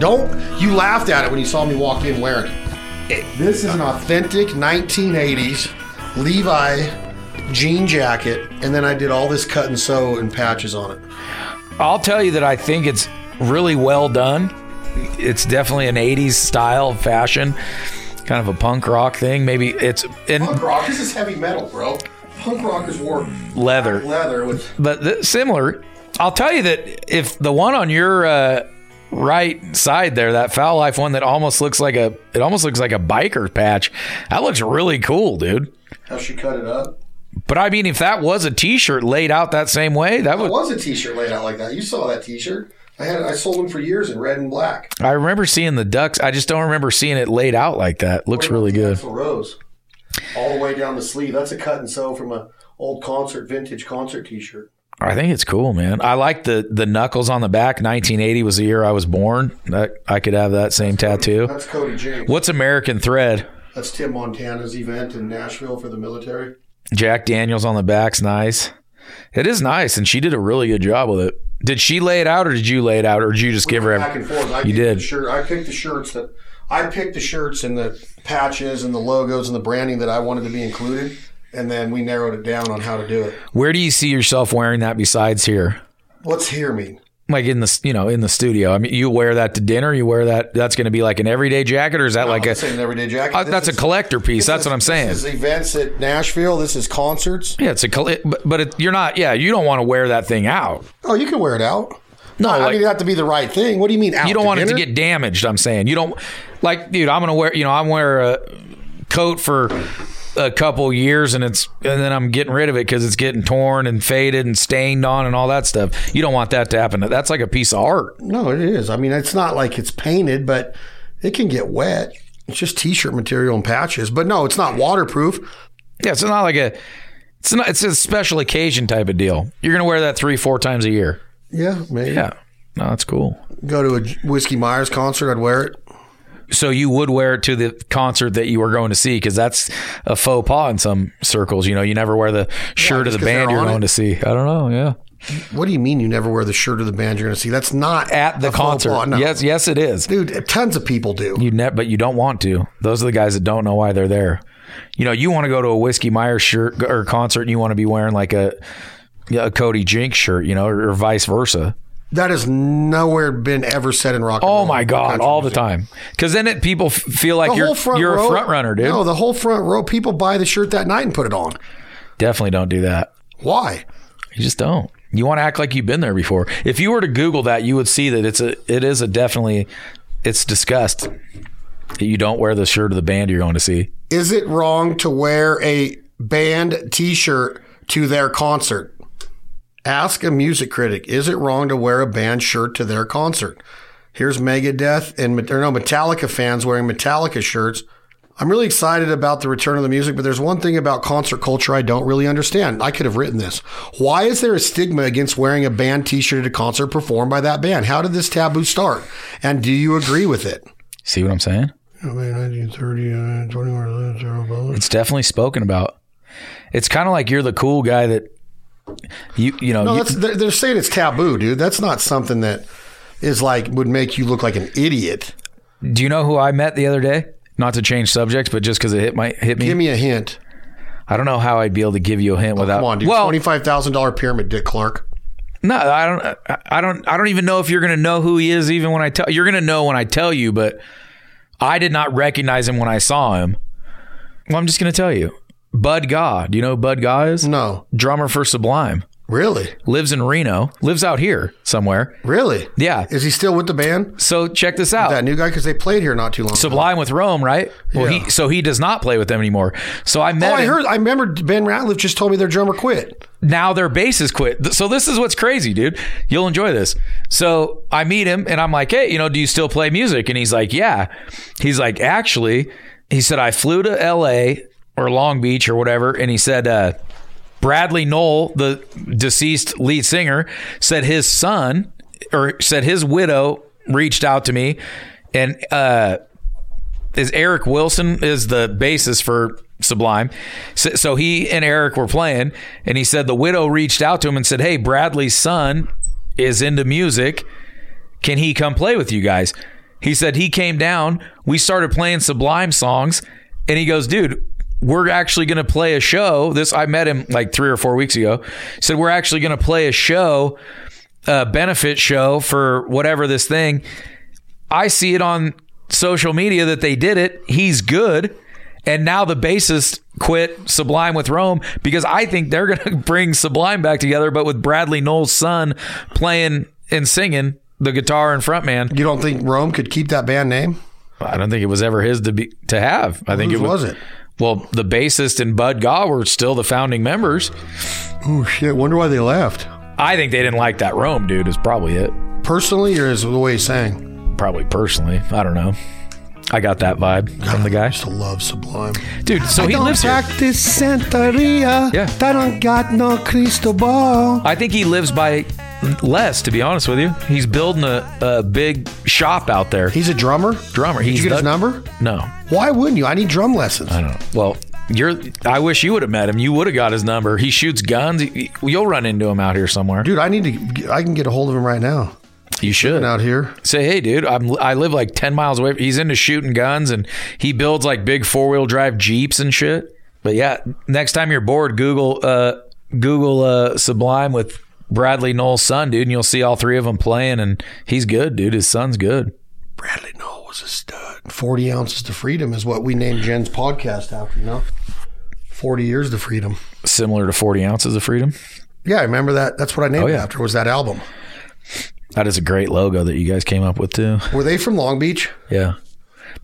F: Don't you laughed at it when you saw me walk in wearing it. this is an authentic 1980s Levi jean jacket, and then I did all this cut and sew and patches on it.
G: I'll tell you that I think it's really well done. It's definitely an 80s style of fashion, kind of a punk rock thing. Maybe it's in
F: Punk rock, this is heavy metal, bro. Punk rockers wore
G: leather.
F: leather with
G: but Uh, th- similar. I'll tell you that if the one on your uh, right side there, that foul life one that almost looks like a, it almost looks like a biker patch. That looks really cool, dude.
F: how she cut it up.
G: But I mean, if that was a T-shirt laid out that same way, that
F: It
G: would.
F: was a T-shirt laid out like that. You saw that T-shirt. I had I sold them for years in red and black.
G: I remember seeing the ducks. I just don't remember seeing it laid out like that. Looks really good.
F: Axl Rose, all the way down the sleeve. That's a cut and sew from a old concert, vintage concert T-shirt.
G: I think it's cool, man. I like the the knuckles on the back. 1980 was the year I was born. That I could have that same tattoo.
F: That's Cody James.
G: What's American Thread?
F: That's Tim Montana's event in Nashville for the military.
G: Jack Daniels on the back's nice. It is nice, and she did a really good job with it. Did she lay it out, or did you lay it out, or did you just give her?
F: Back and
G: A,
F: forth. I
G: You
F: picked
G: did.
F: The shirt. I picked the shirts that I picked the shirts and the patches and the logos and the branding that I wanted to be included, and then we narrowed it down on how to do it.
G: where do you see yourself wearing that besides here?
F: What's here mean?
G: Like in the you know in the studio. I mean, you wear that to dinner. You wear that. That's going to be like an everyday jacket, or is that like
F: I'm
G: a?
F: just saying an everyday jacket.
G: Uh,
F: This
G: that's a
F: is-
G: collector piece. That's what I'm saying.
F: This is events at Nashville. This is concerts.
G: yeah, it's a. coll- it- But, but it, you're not. Yeah, you don't want to wear that thing out.
F: Oh, you can wear it out. No, I
G: like-
F: mean it have to be the right thing. What do you mean? Out
G: you don't
F: to
G: want it
F: dinner?
G: to get damaged. I'm saying you don't like, dude. I'm gonna wear, you know, I'm wear a coat for a couple years, and it's and then I'm getting rid of it because it's getting torn and faded and stained on and all that stuff. You don't want that to happen. That's like a piece of art.
F: No, it is. I mean, it's not like it's painted, but it can get wet. It's just t-shirt material and patches. But no, it's not waterproof.
G: Yeah, it's not like a. It's not. It's a special occasion type of deal. You're gonna wear that three, four times a year.
F: Yeah, maybe.
G: Yeah. No, that's cool.
F: Go to a Whiskey Myers concert, I'd wear it.
G: So you would wear it to the concert that you were going to see because that's a faux pas in some circles. You know, you never wear the shirt of
F: just
G: the
F: 'cause they're
G: band you're
F: on it.
G: going to see. I don't know. Yeah.
F: What do you mean you never wear the shirt of the band you're going to see? That's not
G: at the
F: a faux
G: concert.
F: pas, no.
G: Yes, yes, it is.
F: Dude, tons of people do.
G: You net, but you don't want to. Those are the guys that don't know why they're there. You know, you want to go to a Whiskey Myers shirt or concert, and you want to be wearing like a yeah, a Cody Jink shirt, you know, or, or vice versa.
F: That has nowhere been ever said in rock. and
G: Oh
F: roll
G: my god,
F: country
G: all the
F: music.
G: time. Because then it, people f- feel like
F: The
G: you're
F: whole front
G: you're
F: row,
G: a front runner, dude.
F: No, the whole front row. People buy the shirt that night and put it on.
G: Definitely don't do that.
F: Why?
G: You just don't. You want to act like you've been there before. If you were to Google that, you would see that it's a it is a definitely it's disgust that you don't wear the shirt of the band you're going to see.
F: Is it wrong to wear a band t shirt to their concert? Ask a music critic, is it wrong to wear a band shirt to their concert? Here's Megadeth and or no Metallica fans wearing Metallica shirts. I'm really excited about the return of the music, but there's one thing about concert culture I don't really understand. I could have written this. Why is there a stigma against wearing a band t-shirt at a concert performed by that band? How did this taboo start? And do you agree with it?
B: See what I'm saying?
F: I mean, uh, 1930, 21,
B: It's definitely spoken about. It's kind of like you're the cool guy that you you know
F: No,
B: you-
F: that's they're, they're saying it's taboo, dude. That's not something that is like would make you look like an idiot.
B: Do you know who I met the other day? Not to change subjects, but just because it hit my hit me.
F: Give me a hint.
B: I don't know how I'd be able to give you a hint without.
F: Come on, dude.
B: Well,
F: Twenty-five thousand dollar pyramid, Dick Clark.
B: no, I don't. I- I don't. I don't even know if you're gonna know who he is. Even when I tell you're gonna know when I tell you, but I did not recognize him when I saw him. Well, I'm just gonna tell you, Bud God. Do you know who Bud God is?
F: No,
B: Drummer for Sublime.
F: really,
B: Lives in Reno. Lives out here somewhere.
F: really.
B: Yeah.
F: Is he still with the band?
B: So check this out.
F: That new guy because they played here not too long. ago.
B: Sublime with Rome, right? Well,
F: Yeah.
B: he so he does not play with them anymore. So I met.
F: Oh, I
B: him.
F: heard. I remember Ben Ratliff just told me their drummer quit.
B: now their bases quit. Th- So this is what's crazy, dude. You'll enjoy this. So I meet him and I'm like, hey, you know, do you still play music? And he's like, yeah. He's like, actually, he said, I flew to LA or Long Beach or whatever. And he said, uh, Bradley Knoll, the deceased lead singer, said his son or said his widow reached out to me and, uh, is Eric Wilson is the basis for Sublime. So, so he and Eric were playing, and he said the widow reached out to him and said, "Hey, Bradley's son is into music. Can he come play with you guys?" He said he came down. We started playing Sublime songs, and he goes, "Dude." We're actually going to play a show. This I met him like three or four weeks ago. He said we're actually going to play a show, a benefit show for whatever this thing. I see it on social media that they did it. He's good. And now the bassist quit Sublime with Rome because I think they're going to bring Sublime back together, but with Bradley Knowles' son playing and singing the guitar and frontman.
F: You don't think Rome could keep that band name?
B: I don't think it was ever his to be to have. I think
F: Who
B: it was,
F: was it?
B: Well, the bassist and Bud Gaw were still the founding members.
F: Oh shit! Wonder why they left.
B: I think they didn't like that Rome dude. Is probably it.
F: Personally, or is the way he sang?
B: Probably personally. I don't know. I got that vibe from the guy,
F: Just to love Sublime.
B: dude. So he lives here.
F: practice Santeria.
B: Yeah.
F: I don't got no crystal ball.
B: I think he lives by less, to be honest with you. He's building a, a big shop out there.
F: He's a drummer.
B: Drummer.
F: Did
B: He's
F: you get
B: the-
F: his number?
B: No.
F: Why wouldn't you? I need drum lessons.
B: I don't. Well, you're. I wish you would have met him. You would have got his number. He shoots guns. He- he- you'll run into him out here somewhere.
F: Dude, I need to. I can get a hold of him right now.
B: you should.
F: Out here,
B: Say, hey, dude, I'm. I live like ten miles away. He's into shooting guns, and he builds like big four wheel drive jeeps and shit. But yeah, next time you're bored, Google uh, Google uh, Sublime with Bradley Knoll's son, dude, and you'll see all three of them playing. And he's good, dude. His son's good.
F: Bradley Knoll was a stud. Forty ounces to freedom is what we named Jen's podcast after. You know, forty years to freedom.
B: similar to 40 ounces of freedom.
F: Yeah, I remember that. That's what I named
B: Oh, yeah.
F: it after. Was that album?
B: That is a great logo that you guys came up with too.
F: Were they from Long Beach?
B: Yeah.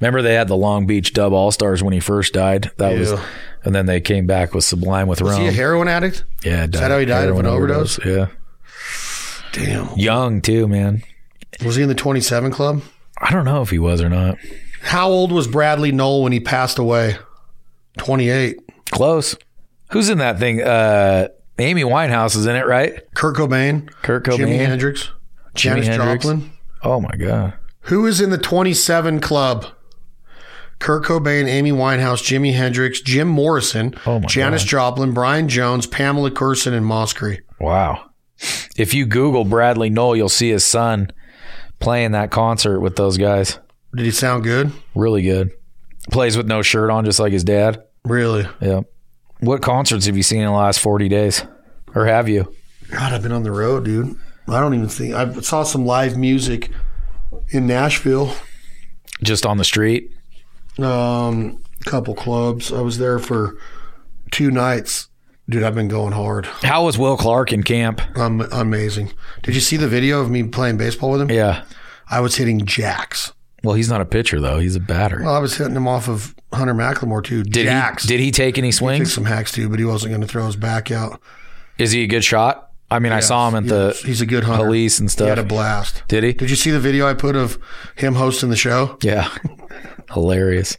B: Remember they had the Long Beach Dub All Stars when he first died. That was,
F: Yeah.
B: and then they came back with Sublime with
F: Is he a
B: Rome.
F: heroin addict?
B: yeah, died,
F: that how he died, of an
B: heroin Yeah,
F: Damn.
B: young too, man.
F: Was he in the Twenty Seven Club?
B: I don't know if he was or not.
F: How old was Bradley Knoll when he passed away? Twenty eight.
B: Close. Who's in that thing? Uh, Amy Winehouse is in it, right?
F: Kurt Cobain,
B: Kurt
F: Jimi
B: Cobain.
F: Hendrix, Janis
B: Hendrix.
F: Joplin.
B: Oh my god.
F: Who is in the 27 club? Kurt Cobain, Amy Winehouse, Jimi Hendrix, Jim Morrison,
B: Oh my
F: Janis Joplin, Brian Jones, Pamela Curson, and Moskrey.
B: Wow. If you Google Bradley Knoll, you'll see his son playing that concert with those guys.
F: Did he sound good?
B: Really good. Plays with no shirt on, just like his dad.
F: Really?
B: Yeah. What concerts have you seen in the last 40 days? Or have you?
F: God, I've been on the road, dude. I don't even think I saw some live music in Nashville.
B: Just on the street?
F: Um, couple clubs. I was there for two nights. Dude, I've been going hard.
B: How was Will Clark in camp?
F: I'm amazing. Did you see the video of me playing baseball with him?
B: Yeah.
F: I was hitting jacks.
B: Well, he's not a pitcher though; he's a batter.
F: Well, I was hitting him off of Hunter McLemore too.
B: did
F: Jacks.
B: he? Did he take any
F: Took
B: swings?
F: some hacks too, but he wasn't going to throw his back out.
B: Is he a good shot? I mean, I saw him at the
F: Yes, he's a good hunter.
B: police and
F: He
B: stuff.
F: had a blast.
B: Did he?
F: Did you see the video I put of him hosting the show?
B: Yeah, hilarious.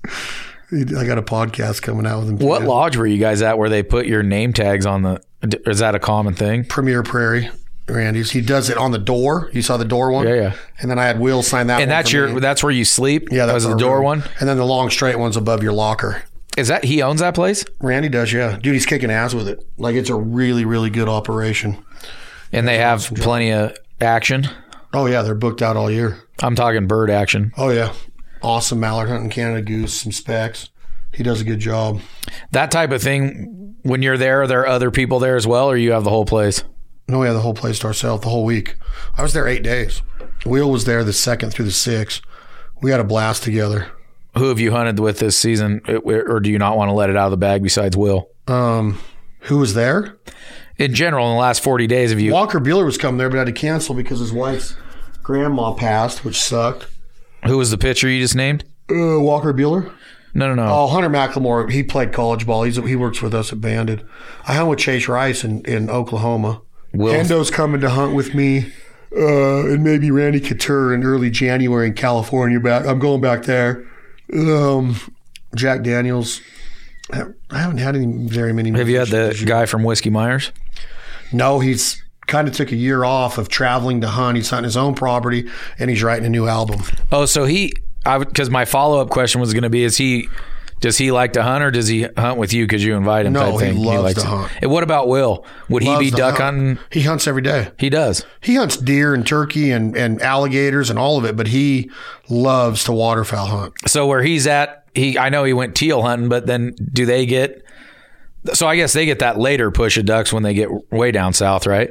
F: He- I got a podcast coming out with him.
B: What
F: too.
B: lodge were you guys at where they put your name tags on the? d- Is that a common thing?
F: Premier Prairie, Randy's. He does it on the door. You saw the door one,
B: Yeah, yeah.
F: And then I had Will sign that.
B: And
F: one
B: that's
F: for
B: your.
F: me.
B: That's where you sleep.
F: yeah,
B: that
F: that's
B: was the
F: our
B: door
F: room.
B: one.
F: And then the long straight one's above your locker.
B: Is that he owns that place?
F: Randy does, yeah, dude. He's kicking ass with it. Like it's a really, really good operation.
B: And they have plenty of action.
F: Oh yeah, they're booked out all year.
B: I'm talking bird action.
F: Oh yeah, awesome mallard hunting, Canada goose, some specs. He does a good job.
B: That type of thing. When you're there, are there other people there as well, or you have the whole place?
F: No, we had the whole place to ourselves the whole week. I was there eight days. Wheel was there the second through the sixth. We had a blast together.
B: Who have you hunted with this season, or do you not want to let it out of the bag? Besides Will,
F: Um, who was there?
B: in general, in the last 40 days, have you?
F: Walker Bueller was coming there, but had to cancel because his wife's grandma passed, which sucked.
B: Who was the pitcher you just named?
F: Uh, Walker Bueller.
B: No, no, no.
F: Oh, Hunter McLemore. He played college ball. He's he works with us at Banded. I hung with Chase Rice in, in Oklahoma.
B: Will.
F: Hendo's coming to hunt with me, uh, and maybe Randy Couture in early January in California. Back, I'm going back there. Um, Jack Daniels. I I haven't had any very many.
B: Have you had the guy from Whiskey Myers?
F: No, he's kind of took a year off of traveling to hunt. He's hunting his own property, and he's writing a new album.
B: Oh, so he, I because my follow up question was going to be: Is he, does he like to hunt, or does he hunt with you because you invite him?
F: No,
B: type
F: he
B: thing?
F: loves to hunt.
B: And what about Will? Would he
F: Loves
B: be
F: to
B: duck
F: hunt.
B: hunting?
F: He hunts every day.
B: He does.
F: He hunts deer and turkey and, and alligators and all of it, but he loves to waterfowl hunt.
B: So where he's at, he I know he went teal hunting, but then do they get? So I guess they get that later push of ducks when they get way down south, right?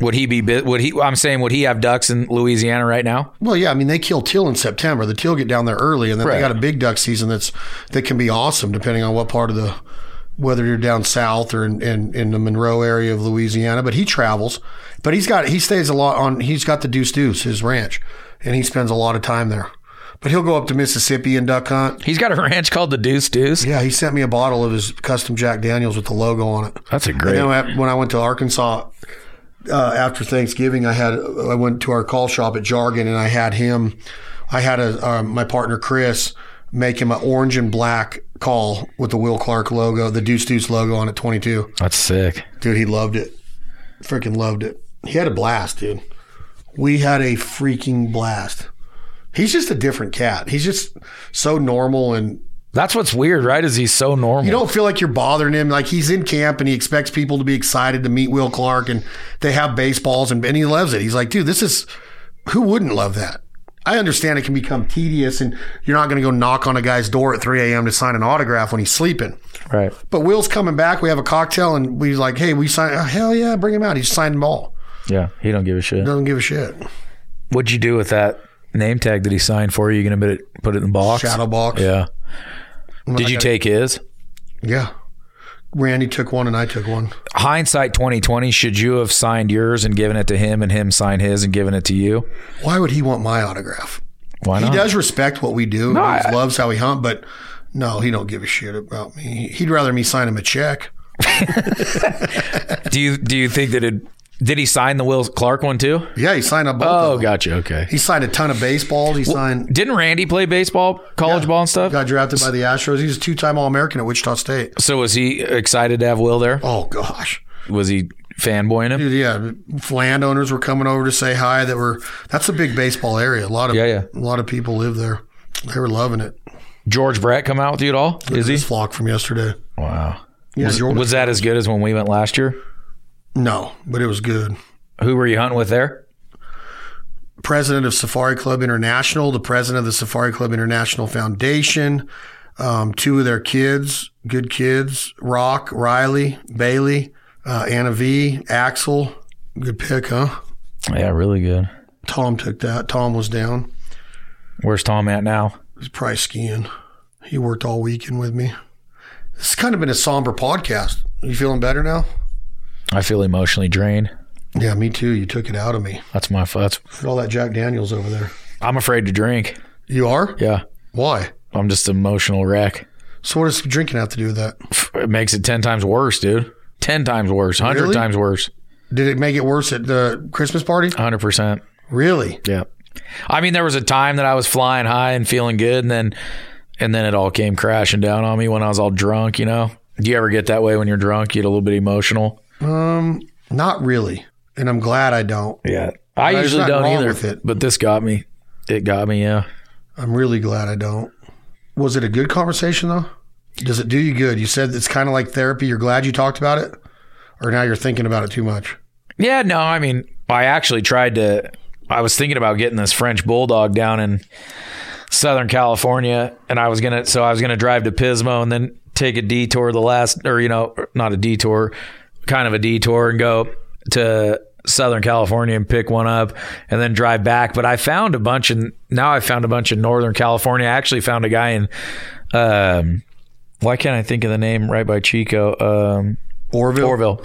B: Would he be? bu- Would he? I'm saying, would he have ducks in Louisiana right now?
F: Well, yeah, I mean they kill teal in September. The teal get down there early, and then
B: Right.
F: they got a big duck season that's that can be awesome depending on what part of the whether you're down south or in, in, in the Monroe area of Louisiana. But he travels, but he's got he stays a lot on. He's got the Deuce Deuce, his ranch, and he spends a lot of time there. But he'll go up to Mississippi and duck hunt.
B: He's got a ranch called the Deuce Deuce.
F: Yeah, he sent me a bottle of his custom Jack Daniels with the logo on it.
B: That's a
F: And
B: great.
F: then when I- when I went to Arkansas uh, after Thanksgiving, I had I went to our call shop at Jargon, and I had him. I had a um, my partner Chris make him an orange and black call with the Will Clark logo, the Deuce Deuce logo on it, twenty two.
B: That's sick.
F: Dude, he loved it. Freaking loved it. He had a blast, dude. We had a freaking blast. He's just a different cat. He's just so normal and
B: That's what's weird, right? Is he's so normal?
F: you don't feel like you're bothering him. Like he's in camp and he expects people to be excited to meet Will Clark and they have baseballs and, and he loves it. He's like, dude, this is who wouldn't love that? I understand it can become tedious and you're not going to go knock on a guy's door at 3 a.m. to sign an autograph when he's sleeping.
B: right.
F: But Will's coming back. We have a cocktail and we like, hey, we sign. oh, hell yeah, bring him out. He signed them all.
B: Yeah, he don't give a shit.
F: Doesn't give a shit.
B: What'd you do with that name tag that he signed for you? You gonna put it put it in the box?
F: Shadow box.
B: Yeah. Did you take his?
F: Yeah. Randy took one and I took one.
B: Hindsight 2020. Should you have signed yours and given it to him, and him sign his and given it to you?
F: Why would he want my autograph?
B: Why not?
F: He does respect what we do.
B: No,
F: he
B: I-
F: loves how we hunt, but no, he don't give a shit about me. He'd rather me sign him a check.
B: Do you do you think that it? Did he sign the Will Clark one too?
F: Yeah, he signed a both. of
B: Oh,
F: them.
B: gotcha. Okay.
F: He signed a ton of baseballs. He signed
B: Didn't Randy play baseball, college ball, and stuff?
F: got drafted by the Astros. He's a two-time All-American at Wichita State.
B: So was he excited to have Will there?
F: Oh gosh,
B: Was he fanboying him?
F: dude, yeah. Landowners were coming over to say hi. That were that's a big baseball area. A lot of
B: Yeah, yeah.
F: a lot of people live there. They were loving it.
B: George Brett come out with you at all? Is he?
F: This flock from yesterday.
B: Wow.
F: Yeah,
B: Was,
F: George-
B: was that as good as when we went last year?
F: no, but it was good.
B: Who were you hunting with there?
F: president of Safari Club International, the president of the Safari Club International Foundation, um, two of their kids, good kids, Rock, Riley, Bailey, uh, Anna V, Axel. Good pick, huh?
B: Yeah, really good.
F: Tom took that. Tom was down.
B: Where's Tom at now?
F: He's probably skiing. He worked all weekend with me. This has kind of been a somber podcast. You feeling better now?
B: I feel emotionally drained.
F: Yeah, me too. You took it out of me.
B: That's my. f- That's
F: Look at all that Jack Daniels over there.
B: I'm afraid to drink.
F: You are?
B: Yeah.
F: Why?
B: I'm just an emotional wreck.
F: So what does drinking have to do with that?
B: It makes it 10 times worse, dude. 10 times worse, 100
F: Really?
B: times worse,
F: Did it make it worse at the Christmas party?
B: 100%.
F: Really?
B: Yeah. I mean, there was a time that I was flying high and feeling good, and then and then it all came crashing down on me when I was all drunk. You know, do you ever get that way when you're drunk? You get a little bit emotional.
F: Not really. And I'm glad I don't.
B: Yeah, I
F: There's
B: usually
F: nothing
B: don't
F: wrong
B: either,
F: with it.
B: but this got me. It got me. Yeah.
F: I'm really glad I don't. Was it a good conversation though? Does it do you good? You said it's kind of like therapy. You're glad you talked about it, or now you're thinking about it too much.
B: Yeah, no, I mean, I actually tried to. I was thinking about getting this French bulldog down in Southern California, and I was gonna. So I was gonna drive to Pismo and then take a detour the last, or you know, not a detour, kind of a detour, and go to Southern California and pick one up, and then drive back. But I found a bunch, and now I found a bunch in Northern California. I actually found a guy in. Um, why can't I think of the name right by Chico? Um,
F: Orville.
B: Orville.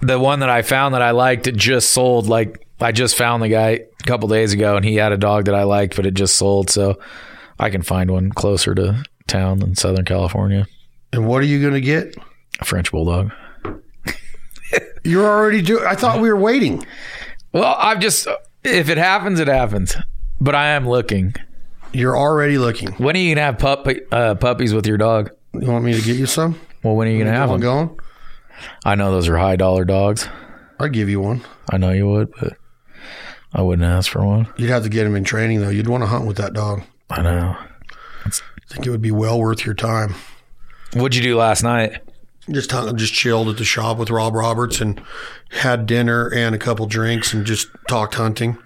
B: The one that I found that I liked, it just sold. Like I just found the guy a couple days ago, and he had a dog that I liked, but it just sold. So I can find one closer to town than Southern California,
F: And what are you gonna get?
B: a French bulldog.
F: You're already doing. I thought we were waiting.
B: Well, I'm just if it happens, it happens. But I am looking.
F: You're already looking.
B: When are you gonna have pup uh, puppies with your dog?
F: You want me to get you some?
B: Well, when are you gonna have them?
F: I'm going.
B: I know those are high dollar dogs.
F: I'd give you one.
B: I know you would, but I wouldn't ask for one.
F: You'd have to get him in training though. You'd want to hunt with that dog.
B: I know.
F: I think it would be well worth your time.
B: What'd you do last night?
F: Just hung- just chilled at the shop with Rob Roberts and had dinner and a couple drinks and just talked hunting.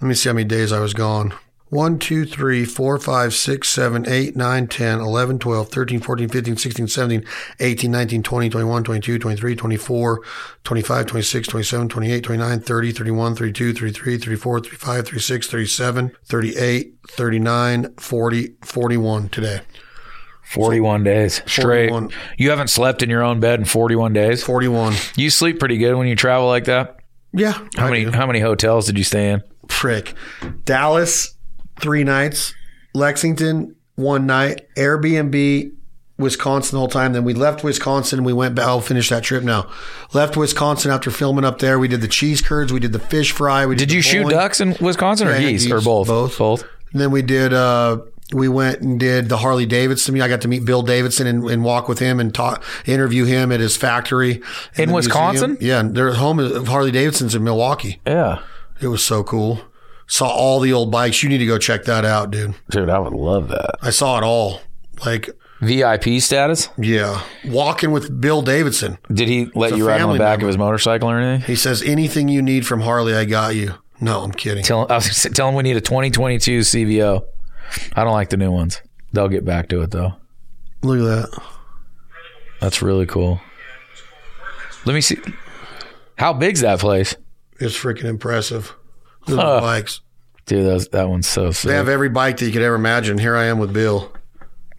F: Let me see how many days I was gone. 1, 2, 3, 4, 5, 6, 7, 8, 9, 10, 11, 12, 13, 14, 15, 16, 17, 18, 19, 20, 21, 22, 23, 24, 25, 26, 27, 28, 29, 30, 31, 32, 33, 34, 35, 36, 37, 38, 39, 40, 41 today.
B: 41 days straight.
F: 41.
B: You haven't slept in your own bed in 41 days.
F: 41.
B: You sleep pretty good when you travel like that.
F: Yeah.
B: How many how many hotels did you stay in?
F: prick. Dallas, three nights. Lexington, one night. Airbnb, Wisconsin the whole time. Then we left Wisconsin. We went back. I'll finish that trip now. Left Wisconsin after filming up there. We did the cheese curds. We did the fish fry. We did,
B: Did
F: the
B: you shoot
F: bowling.
B: ducks in Wisconsin or
F: Yeah,
B: geese or
F: geese.
B: both?
F: Both.
B: Both.
F: And then we did. uh we went and did the Harley Davidson. I got to meet Bill Davidson and, and walk with him and talk, interview him at his factory
B: In
F: the
B: Wisconsin?
F: museum. Yeah, and their home of Harley Davidson's in Milwaukee.
B: Yeah.
F: It was so cool. Saw all the old bikes. You need to go check that out, dude.
B: Dude, I would love that.
F: I saw it all. Like,
B: VIP status?
F: yeah, walking with Bill Davidson.
B: Did he let
F: It's a
B: you ride on
F: family
B: the back
F: member.
B: of his motorcycle or anything?
F: He says, "Anything you need from Harley, I got you." No, I'm kidding.
B: Tell I was gonna say, tell him we need a 2022 CVO. I don't like the new ones. They'll get back to it though.
F: Look at that.
B: That's really cool. Let me see. How big's that place?
F: It's freaking impressive. Look at the bikes.
B: Dude, those, that one's so sick.
F: They have every bike that you could ever imagine. Here I am with Bill.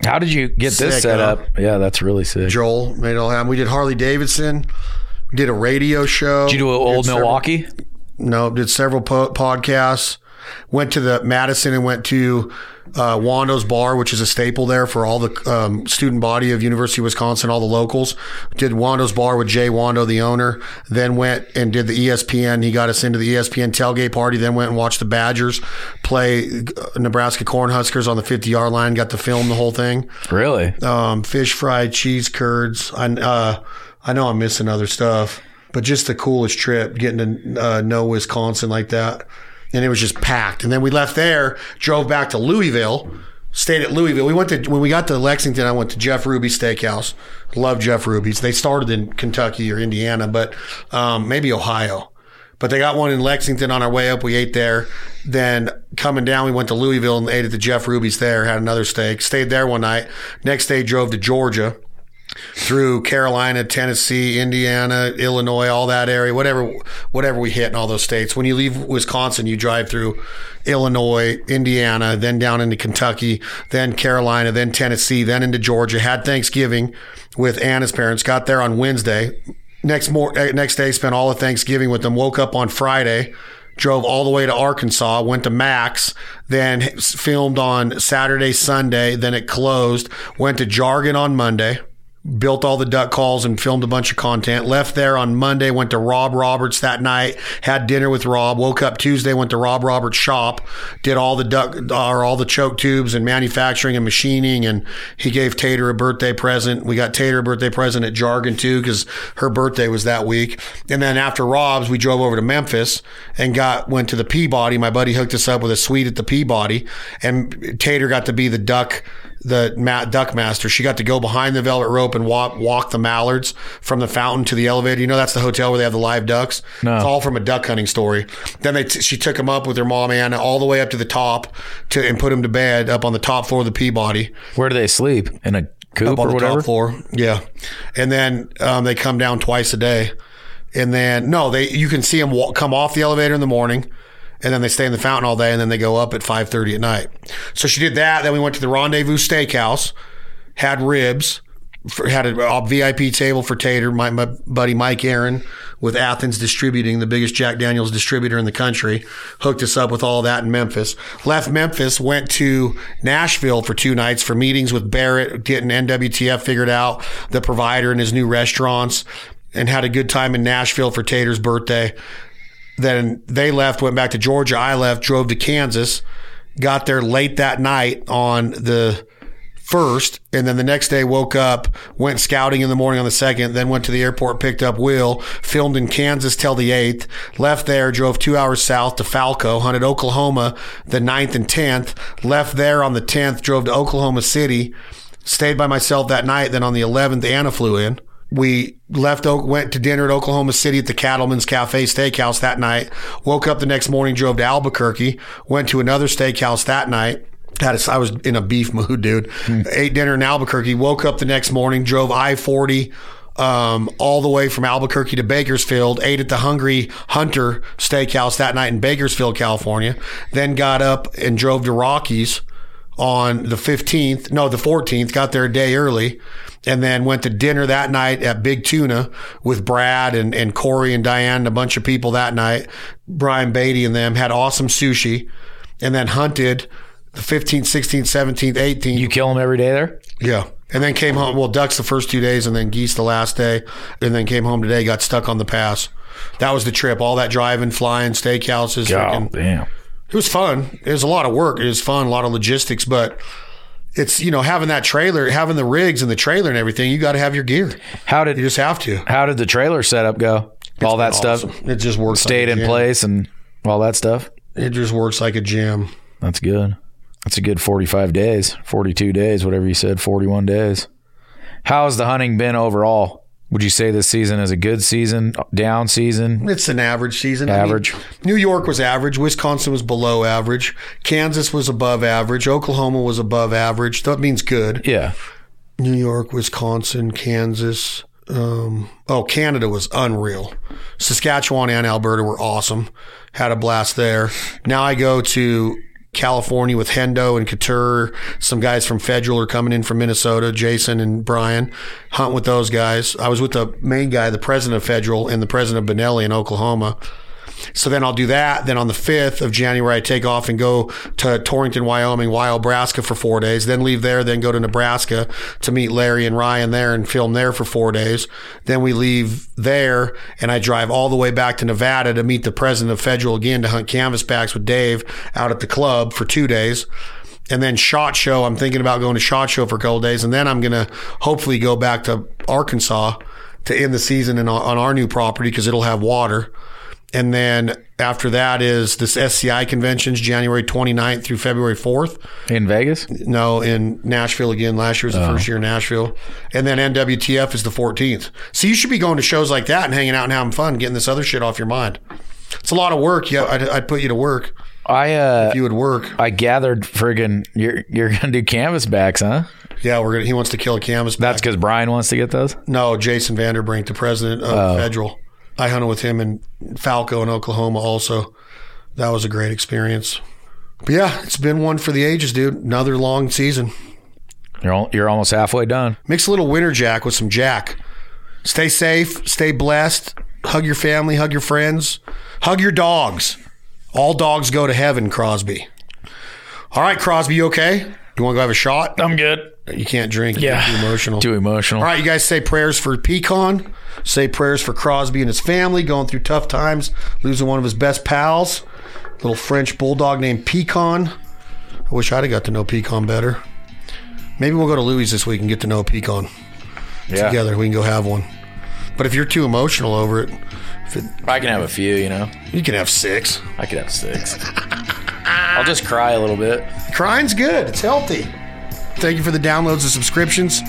B: How did you get
F: Sick,
B: this set
F: huh?
B: up? Yeah, that's really sick.
F: Joel made it all happen. We did Harley Davidson. We did a radio show.
B: Did you do an
F: Did
B: old
F: several-
B: Milwaukee?
F: No, did several po- podcasts. Went to the Madison and went to uh, Wando's Bar, which is a staple there for all the um, student body of University of Wisconsin, all the locals. Did Wando's Bar with Jay Wando, the owner. Then went and did the E ESPN. He got us into the E ESPN tailgate party. Then went and watched the Badgers play uh, Nebraska Cornhuskers on the 50 yard line. Got to film the whole thing
B: Really?
F: um, fish fried cheese curds. I uh, I know I'm missing other stuff, but just the coolest trip getting to uh, know Wisconsin like that, and it was just packed. And then we left there, drove back to Louisville, stayed at Louisville. We went to when we got to Lexington, I went to Jeff Ruby's Steakhouse. Love Jeff Ruby's. They started in Kentucky or Indiana, but um, maybe Ohio. But they got one in Lexington on our way up. We ate there. Then coming down, we went to Louisville and ate at the Jeff Ruby's there, had another steak, stayed there one night. Next day, drove to Georgia through Carolina, Tennessee, Indiana, Illinois, all that area, whatever whatever we hit in all those states. When you leave Wisconsin, you drive through Illinois, Indiana, then down into Kentucky, then Carolina, then Tennessee, then into Georgia. Had Thanksgiving with Anna's parents. Got there on Wednesday. Next mor- eh, next day spent all of Thanksgiving with them. Woke up on Friday drove all the way to Arkansas, went to Max, then filmed on Saturday, Sunday, then it closed, went to Jargon on Monday built all the duck calls and filmed a bunch of content. Left there on Monday, went to Rob Roberts that night, had dinner with Rob. Woke up Tuesday, went to Rob Roberts' shop, did all the duck or all the choke tubes and manufacturing and machining. And he gave Tater a birthday present. We got Tater a birthday present at Jargon too because her birthday was that week. And then after Rob's, we drove over to Memphis and got went to the Peabody. My buddy hooked us up with a suite at the Peabody, and Tater got to be the duck the ma- duck master. She got to go behind the velvet rope and walk walk the mallards from the fountain to the elevator. You know that's the hotel where they have the live ducks. It's all from a duck hunting story. Then they t- she took him up with her mom Anna all the way up to the top to and put him to bed up on the top floor of the Peabody
B: Where do they sleep? In a coop
F: up on
B: or
F: the
B: whatever?
F: top floor. Yeah, and then um, they come down twice a day, and then no, they you can see them walk, come off the elevator in the morning, and then they stay in the fountain all day, and then they go up at five thirty at night. So she did that. Then we went to the Rendezvous Steakhouse, had ribs. For, had a, a VIP table for Tater, my, my buddy Mike Aaron with Athens Distributing, the biggest Jack Daniels distributor in the country, hooked us up with all that in Memphis. Left Memphis, went to Nashville for two nights for meetings with Barrett, getting NWTF figured out, the provider and his new restaurants, and had a good time in Nashville for Tater's birthday. Then they left, went back to Georgia. I left, drove to Kansas, got there late that night on the first, and then the next day woke up, went scouting in the morning on the second, then went to the airport, picked up Will, filmed in Kansas till the eighth, left there, drove two hours south to Falco, hunted Oklahoma the ninth and tenth, left there on the tenth, drove to Oklahoma City, stayed by myself that night, then on the eleventh, Anna flew in. We left, Oak- went to dinner at Oklahoma City at the Cattleman's Cafe Steakhouse that night. Woke up the next morning, drove to Albuquerque, went to another steakhouse that night. Had a, I was in a beef mood, dude. Ate dinner in Albuquerque. Woke up the next morning, drove I forty um, all the way from Albuquerque to Bakersfield. Ate at the Hungry Hunter Steakhouse that night in Bakersfield, California. Then got up and drove to Rockies on the 15th, no, the 14th, got there a day early and then went to dinner that night at Big Tuna with Brad and, and Corey and Diane and a bunch of people that night. Brian Beatty and them had awesome sushi and then hunted the 15th, 16th, 17th, 18th.
B: You kill them every day there?
F: yeah. And then came home. Well, ducks the first two days and then geese the last day and then came home today, got stuck on the pass. That was the trip. All that driving, flying, steakhouses. freaking-
B: Oh, damn.
F: it was fun. It was a lot of work. It was fun, a lot of logistics, but it's you know having that trailer, having the rigs and the trailer and everything. You got to have your gear.
B: How did
F: You just have to.
B: how did the trailer setup go? all that stuff
F: Awesome. It just works.
B: stayed
F: like
B: in
F: a gym.
B: place and all that stuff.
F: It just works like a gym.
B: That's good. That's a good 45 days, 42 days, whatever you said, 41 days. How's the hunting been overall? Would you say this season is a good season, down season?
F: It's an average season. I mean,
B: Average.
F: New York was average. Wisconsin was below average. Kansas was above average. Oklahoma was above average. That means good.
B: Yeah.
F: New York, Wisconsin, Kansas. Um, oh, Canada was unreal. Saskatchewan and Alberta were awesome. Had a blast there. Now I go to California with Hendo and Couture. Some guys from Federal are coming in from Minnesota, Jason and Brian. Hunt with those guys. I was with the main guy, the president of Federal and the president of Benelli in Oklahoma. So then I'll do that. Then on the 5th of January, I take off and go to Torrington, Wyoming, Wild, Nebraska for four days, then leave there, then go to Nebraska to meet Larry and Ryan there and film there for four days. Then we leave there and I drive all the way back to Nevada to meet the president of Federal again to hunt canvasbacks with Dave out at the club for two days. And then Shot Show, I'm thinking about going to Shot Show for a couple days. And then I'm going to hopefully go back to Arkansas to end the season in, on our new property because it'll have water. And then after that is this SCI conventions, January 29th through February 4th.
B: In Vegas?
F: No, in Nashville again. Last year was the first year in Nashville. And then NWTF is the 14th. So you should be going to shows like that and hanging out and having fun, getting this other shit off your mind. It's a lot of work. Yeah, I'd, I'd put you to work.
B: I uh
F: You would work.
B: I gathered friggin' you're you're gonna do canvasbacks, huh?
F: Yeah, we're gonna. He wants to kill a canvas.
B: That's because Brian wants to get those.
F: No, Jason Vanderbrink, the president of Federal. I hunted with him in Falco in Oklahoma also. That was a great experience. But yeah, it's been one for the ages, dude. Another long season.
B: You're al- you're almost halfway done.
F: Mix a little winter jack with some jack. Stay safe, stay blessed, hug your family, hug your friends, hug your dogs. All dogs go to heaven, Crosby. All right, Crosby, you okay? You want to go have a shot?
B: I'm good.
F: You can't drink. You're
B: Yeah.
F: too emotional.
B: Too emotional.
F: All right, you guys say prayers for Pecan. Say prayers for Crosby and his family going through tough times, losing one of his best pals, little French bulldog named Pecan. I wish I'd have got to know Pecan better. Maybe we'll go to Louis this week and get to know Pecan
B: Yeah.
F: together. We can go have one. But if you're too emotional over it, if it
B: I can have a few, you know.
F: you can have six.
B: I could have six. I'll just cry a little bit.
F: Crying's good. It's healthy. Thank you for the downloads and subscriptions.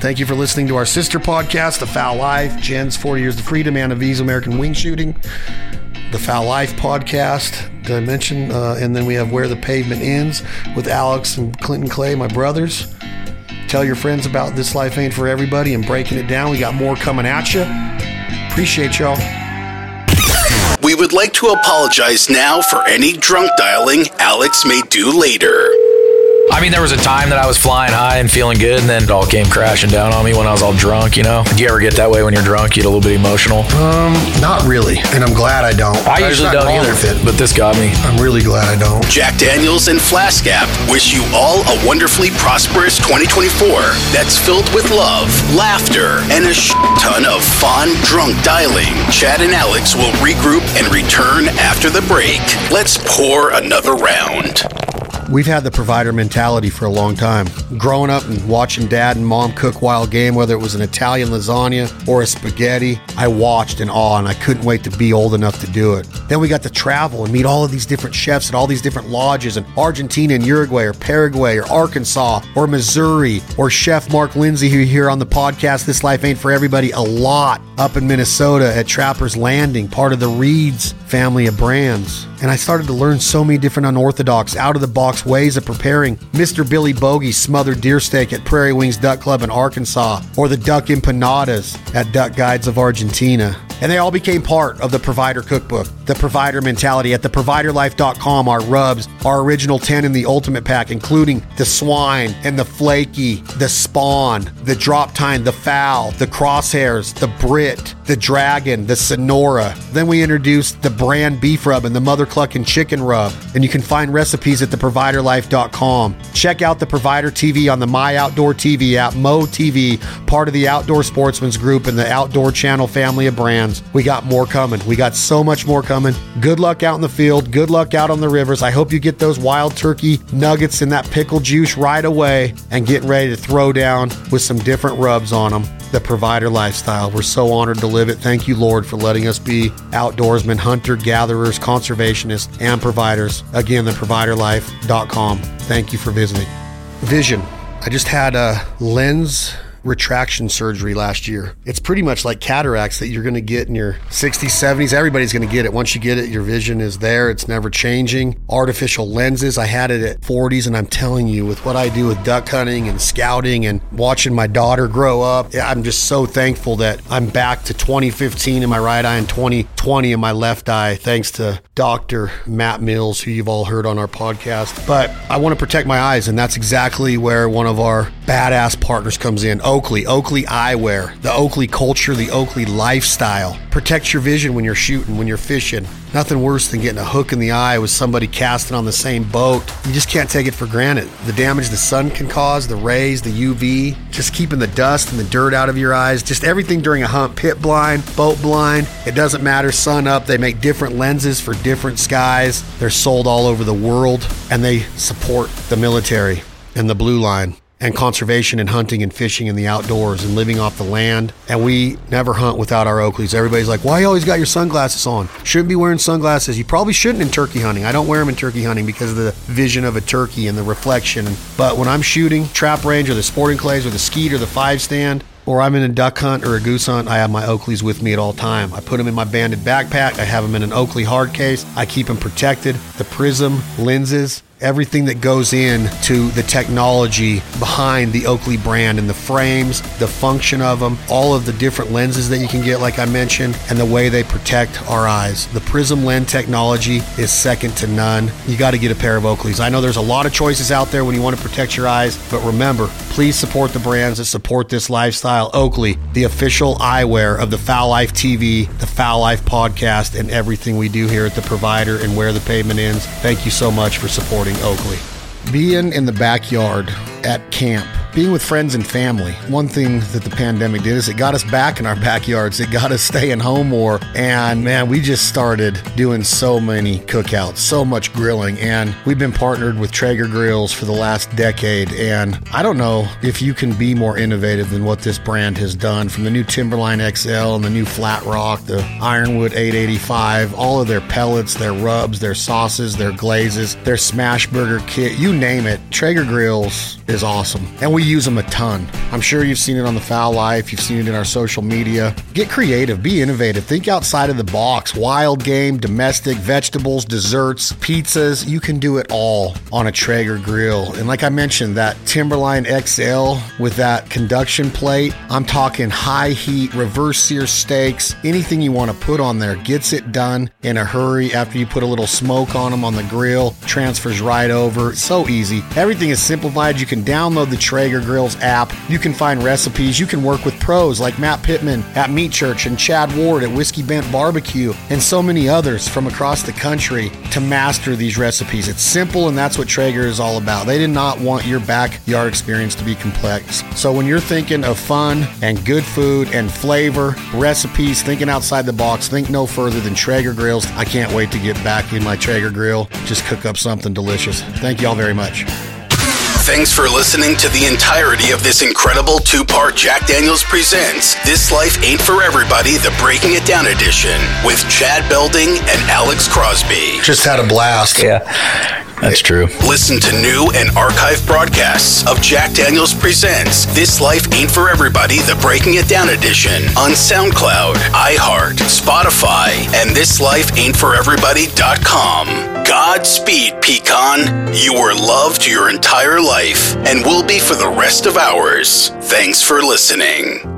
F: Thank you for listening to our sister podcast, The Foul Life, Jen's 40 Years of Freedom, Anna V's American Wing Shooting, The Foul Life podcast, did I mention? Uh, and then we have Where the Pavement Ends with Alex and Clinton Clay, my brothers. Tell your friends about This Life Ain't For Everybody and Breaking It Down. We got more coming at you. Appreciate y'all.
C: We would like to apologize now for any drunk dialing Alex may do later.
B: I mean, there was a time that I was flying high and feeling good, and then it all came crashing down on me when I was all drunk, you know? Do you ever get that way when you're drunk? You get a little bit emotional?
F: Not really, and I'm glad I don't.
B: I
F: There's
B: usually
F: nothing
B: don't
F: wrong
B: either,
F: with it,
B: but this got me.
F: I'm really glad I don't.
C: Jack Daniels and Flask App wish you all a wonderfully prosperous 2024 that's filled with love, laughter, and a sh- ton of fun drunk dialing. Chad and Alex will regroup and return after the break. Let's pour another round.
F: We've had the provider mentality for a long time. Growing up and watching dad and mom cook wild game, whether it was an Italian lasagna or a spaghetti, I watched in awe and I couldn't wait to be old enough to do it. Then we got to travel and meet all of these different chefs at all these different lodges in Argentina and Uruguay or Paraguay or Arkansas or Missouri or Chef Mark Lindsay, who you hear on the podcast This Life Ain't For Everybody a lot up in Minnesota at Trapper's Landing, part of the Reeds family of brands. And I started to learn so many different unorthodox, out of the box ways of preparing Mr. Billy Bogey's smothered deer steak at Prairie Wings Duck Club in Arkansas, or the duck empanadas at Duck Guides of Argentina. And they all became part of the provider cookbook, the provider mentality at theproviderlife.com. Our rubs, our original 10 in the ultimate pack, including the swine and the flaky, the spawn, the drop time, the foul, the crosshairs, the Brit, the dragon, the Sonora. Then we introduced the brand beef rub and the mother clucking chicken rub. And you can find recipes at theproviderlife.com. Check out the provider TV on the My Outdoor TV app, Mo TV, part of the Outdoor Sportsman's Group and the Outdoor Channel family of brands. We got more coming. We got so much more coming. Good luck out in the field. Good luck out on the rivers. I hope you get those wild turkey nuggets and that pickle juice right away and get ready to throw down with some different rubs on them. The provider lifestyle. We're so honored to live it. Thank you, Lord, for letting us be outdoorsmen, hunter gatherers, conservationists, and providers. Again, theproviderlife.com. Thank you for visiting. Vision. I just had a lens retraction surgery last year. It's pretty much like cataracts that you're going to get in your 60s, 70s. Everybody's going to get it. Once you get it, your vision is there. It's never changing. Artificial lenses. I had it at 40s and I'm telling you with what I do with duck hunting and scouting and watching my daughter grow up, I'm just so thankful that I'm back to 2015 in my right eye and 2020 in my left eye thanks to Dr. Matt Mills who you've all heard on our podcast. But I want to protect my eyes and that's exactly where one of our badass partners comes in Oakley, Oakley Eyewear, the Oakley culture, the Oakley lifestyle. Protect your vision when you're shooting, when you're fishing. Nothing worse than getting a hook in the eye with somebody casting on the same boat. You just can't take it for granted. The damage the sun can cause, the rays, the UV, just keeping the dust and the dirt out of your eyes, just everything during a hunt, pit blind, boat blind, it doesn't matter, sun up. They make different lenses for different skies. They're sold all over the world and they support the military and the blue line and conservation and hunting and fishing and the outdoors and living off the land. And we never hunt without our Oakleys. Everybody's like, why you always got your sunglasses on? Shouldn't be wearing sunglasses. You probably shouldn't in turkey hunting. I don't wear them in turkey hunting because of the vision of a turkey and the reflection. But when I'm shooting trap range or the sporting clays or the skeet or the five stand, or I'm in a duck hunt or a goose hunt, I have my Oakleys with me at all time. I put them in my banded backpack. I have them in an Oakley hard case. I keep them protected. The prism lenses everything that goes in to the technology behind the Oakley brand and the frames, the function of them, all of the different lenses that you can get, like I mentioned, and the way they protect our eyes. The prism lens technology is second to none. You got to get a pair of Oakleys. I know there's a lot of choices out there when you want to protect your eyes, but remember, please support the brands that support this lifestyle. Oakley, the official eyewear of the Foul Life TV, the Foul Life podcast, and everything we do here at the provider and where the pavement ends. Thank you so much for supporting Oakley. Being in the backyard at camp, being with friends and family. One thing that the pandemic did is it got us back in our backyards. It got us staying home more. And man, we just started doing so many cookouts, so much grilling. And we've been partnered with Traeger Grills for the last decade. And I don't know if you can be more innovative than what this brand has done from the new Timberline XL and the new Flat Rock, the Ironwood 885, all of their pellets, their rubs, their sauces, their glazes, their smash burger kit, you name it. Traeger Grills is awesome. And we use them a ton. I'm sure you've seen it on the Foul Life, you've seen it in our social media. Get creative, be innovative, think outside of the box. Wild game, domestic, vegetables, desserts, pizzas, you can do it all on a Traeger grill. And like I mentioned, that Timberline XL with that conduction plate, I'm talking high heat, reverse sear steaks, anything you want to put on there gets it done in a hurry after you put a little smoke on them on the grill, transfers right over. It's so easy. Everything is simplified. You can download the Traeger Grills app. You can find recipes. You can work with pros like Matt Pittman at Meat Church and Chad Ward at Whiskey Bent Barbecue and so many others from across the country to master these recipes. It's simple and that's what Traeger is all about. They did not want your backyard experience to be complex. So when you're thinking of fun and good food and flavor, recipes, thinking outside the box, think no further than Traeger Grills. I can't wait to get back in my Traeger grill. Just cook up something delicious. Thank you all very much.
C: Thanks for listening to the entirety of this incredible two part Jack Daniels Presents This Life Ain't For Everybody, the Breaking It Down edition with Chad Belding and Alex Crosby.
F: Just had a blast.
B: Yeah, that's true.
C: Listen to new and archive broadcasts of Jack Daniels Presents This Life Ain't For Everybody, the Breaking It Down edition on SoundCloud, iHeart, Spotify, and thislifeaintforeverybody.com. Godspeed, Pecan. You were loved your entire life and will be for the rest of ours. Thanks for listening.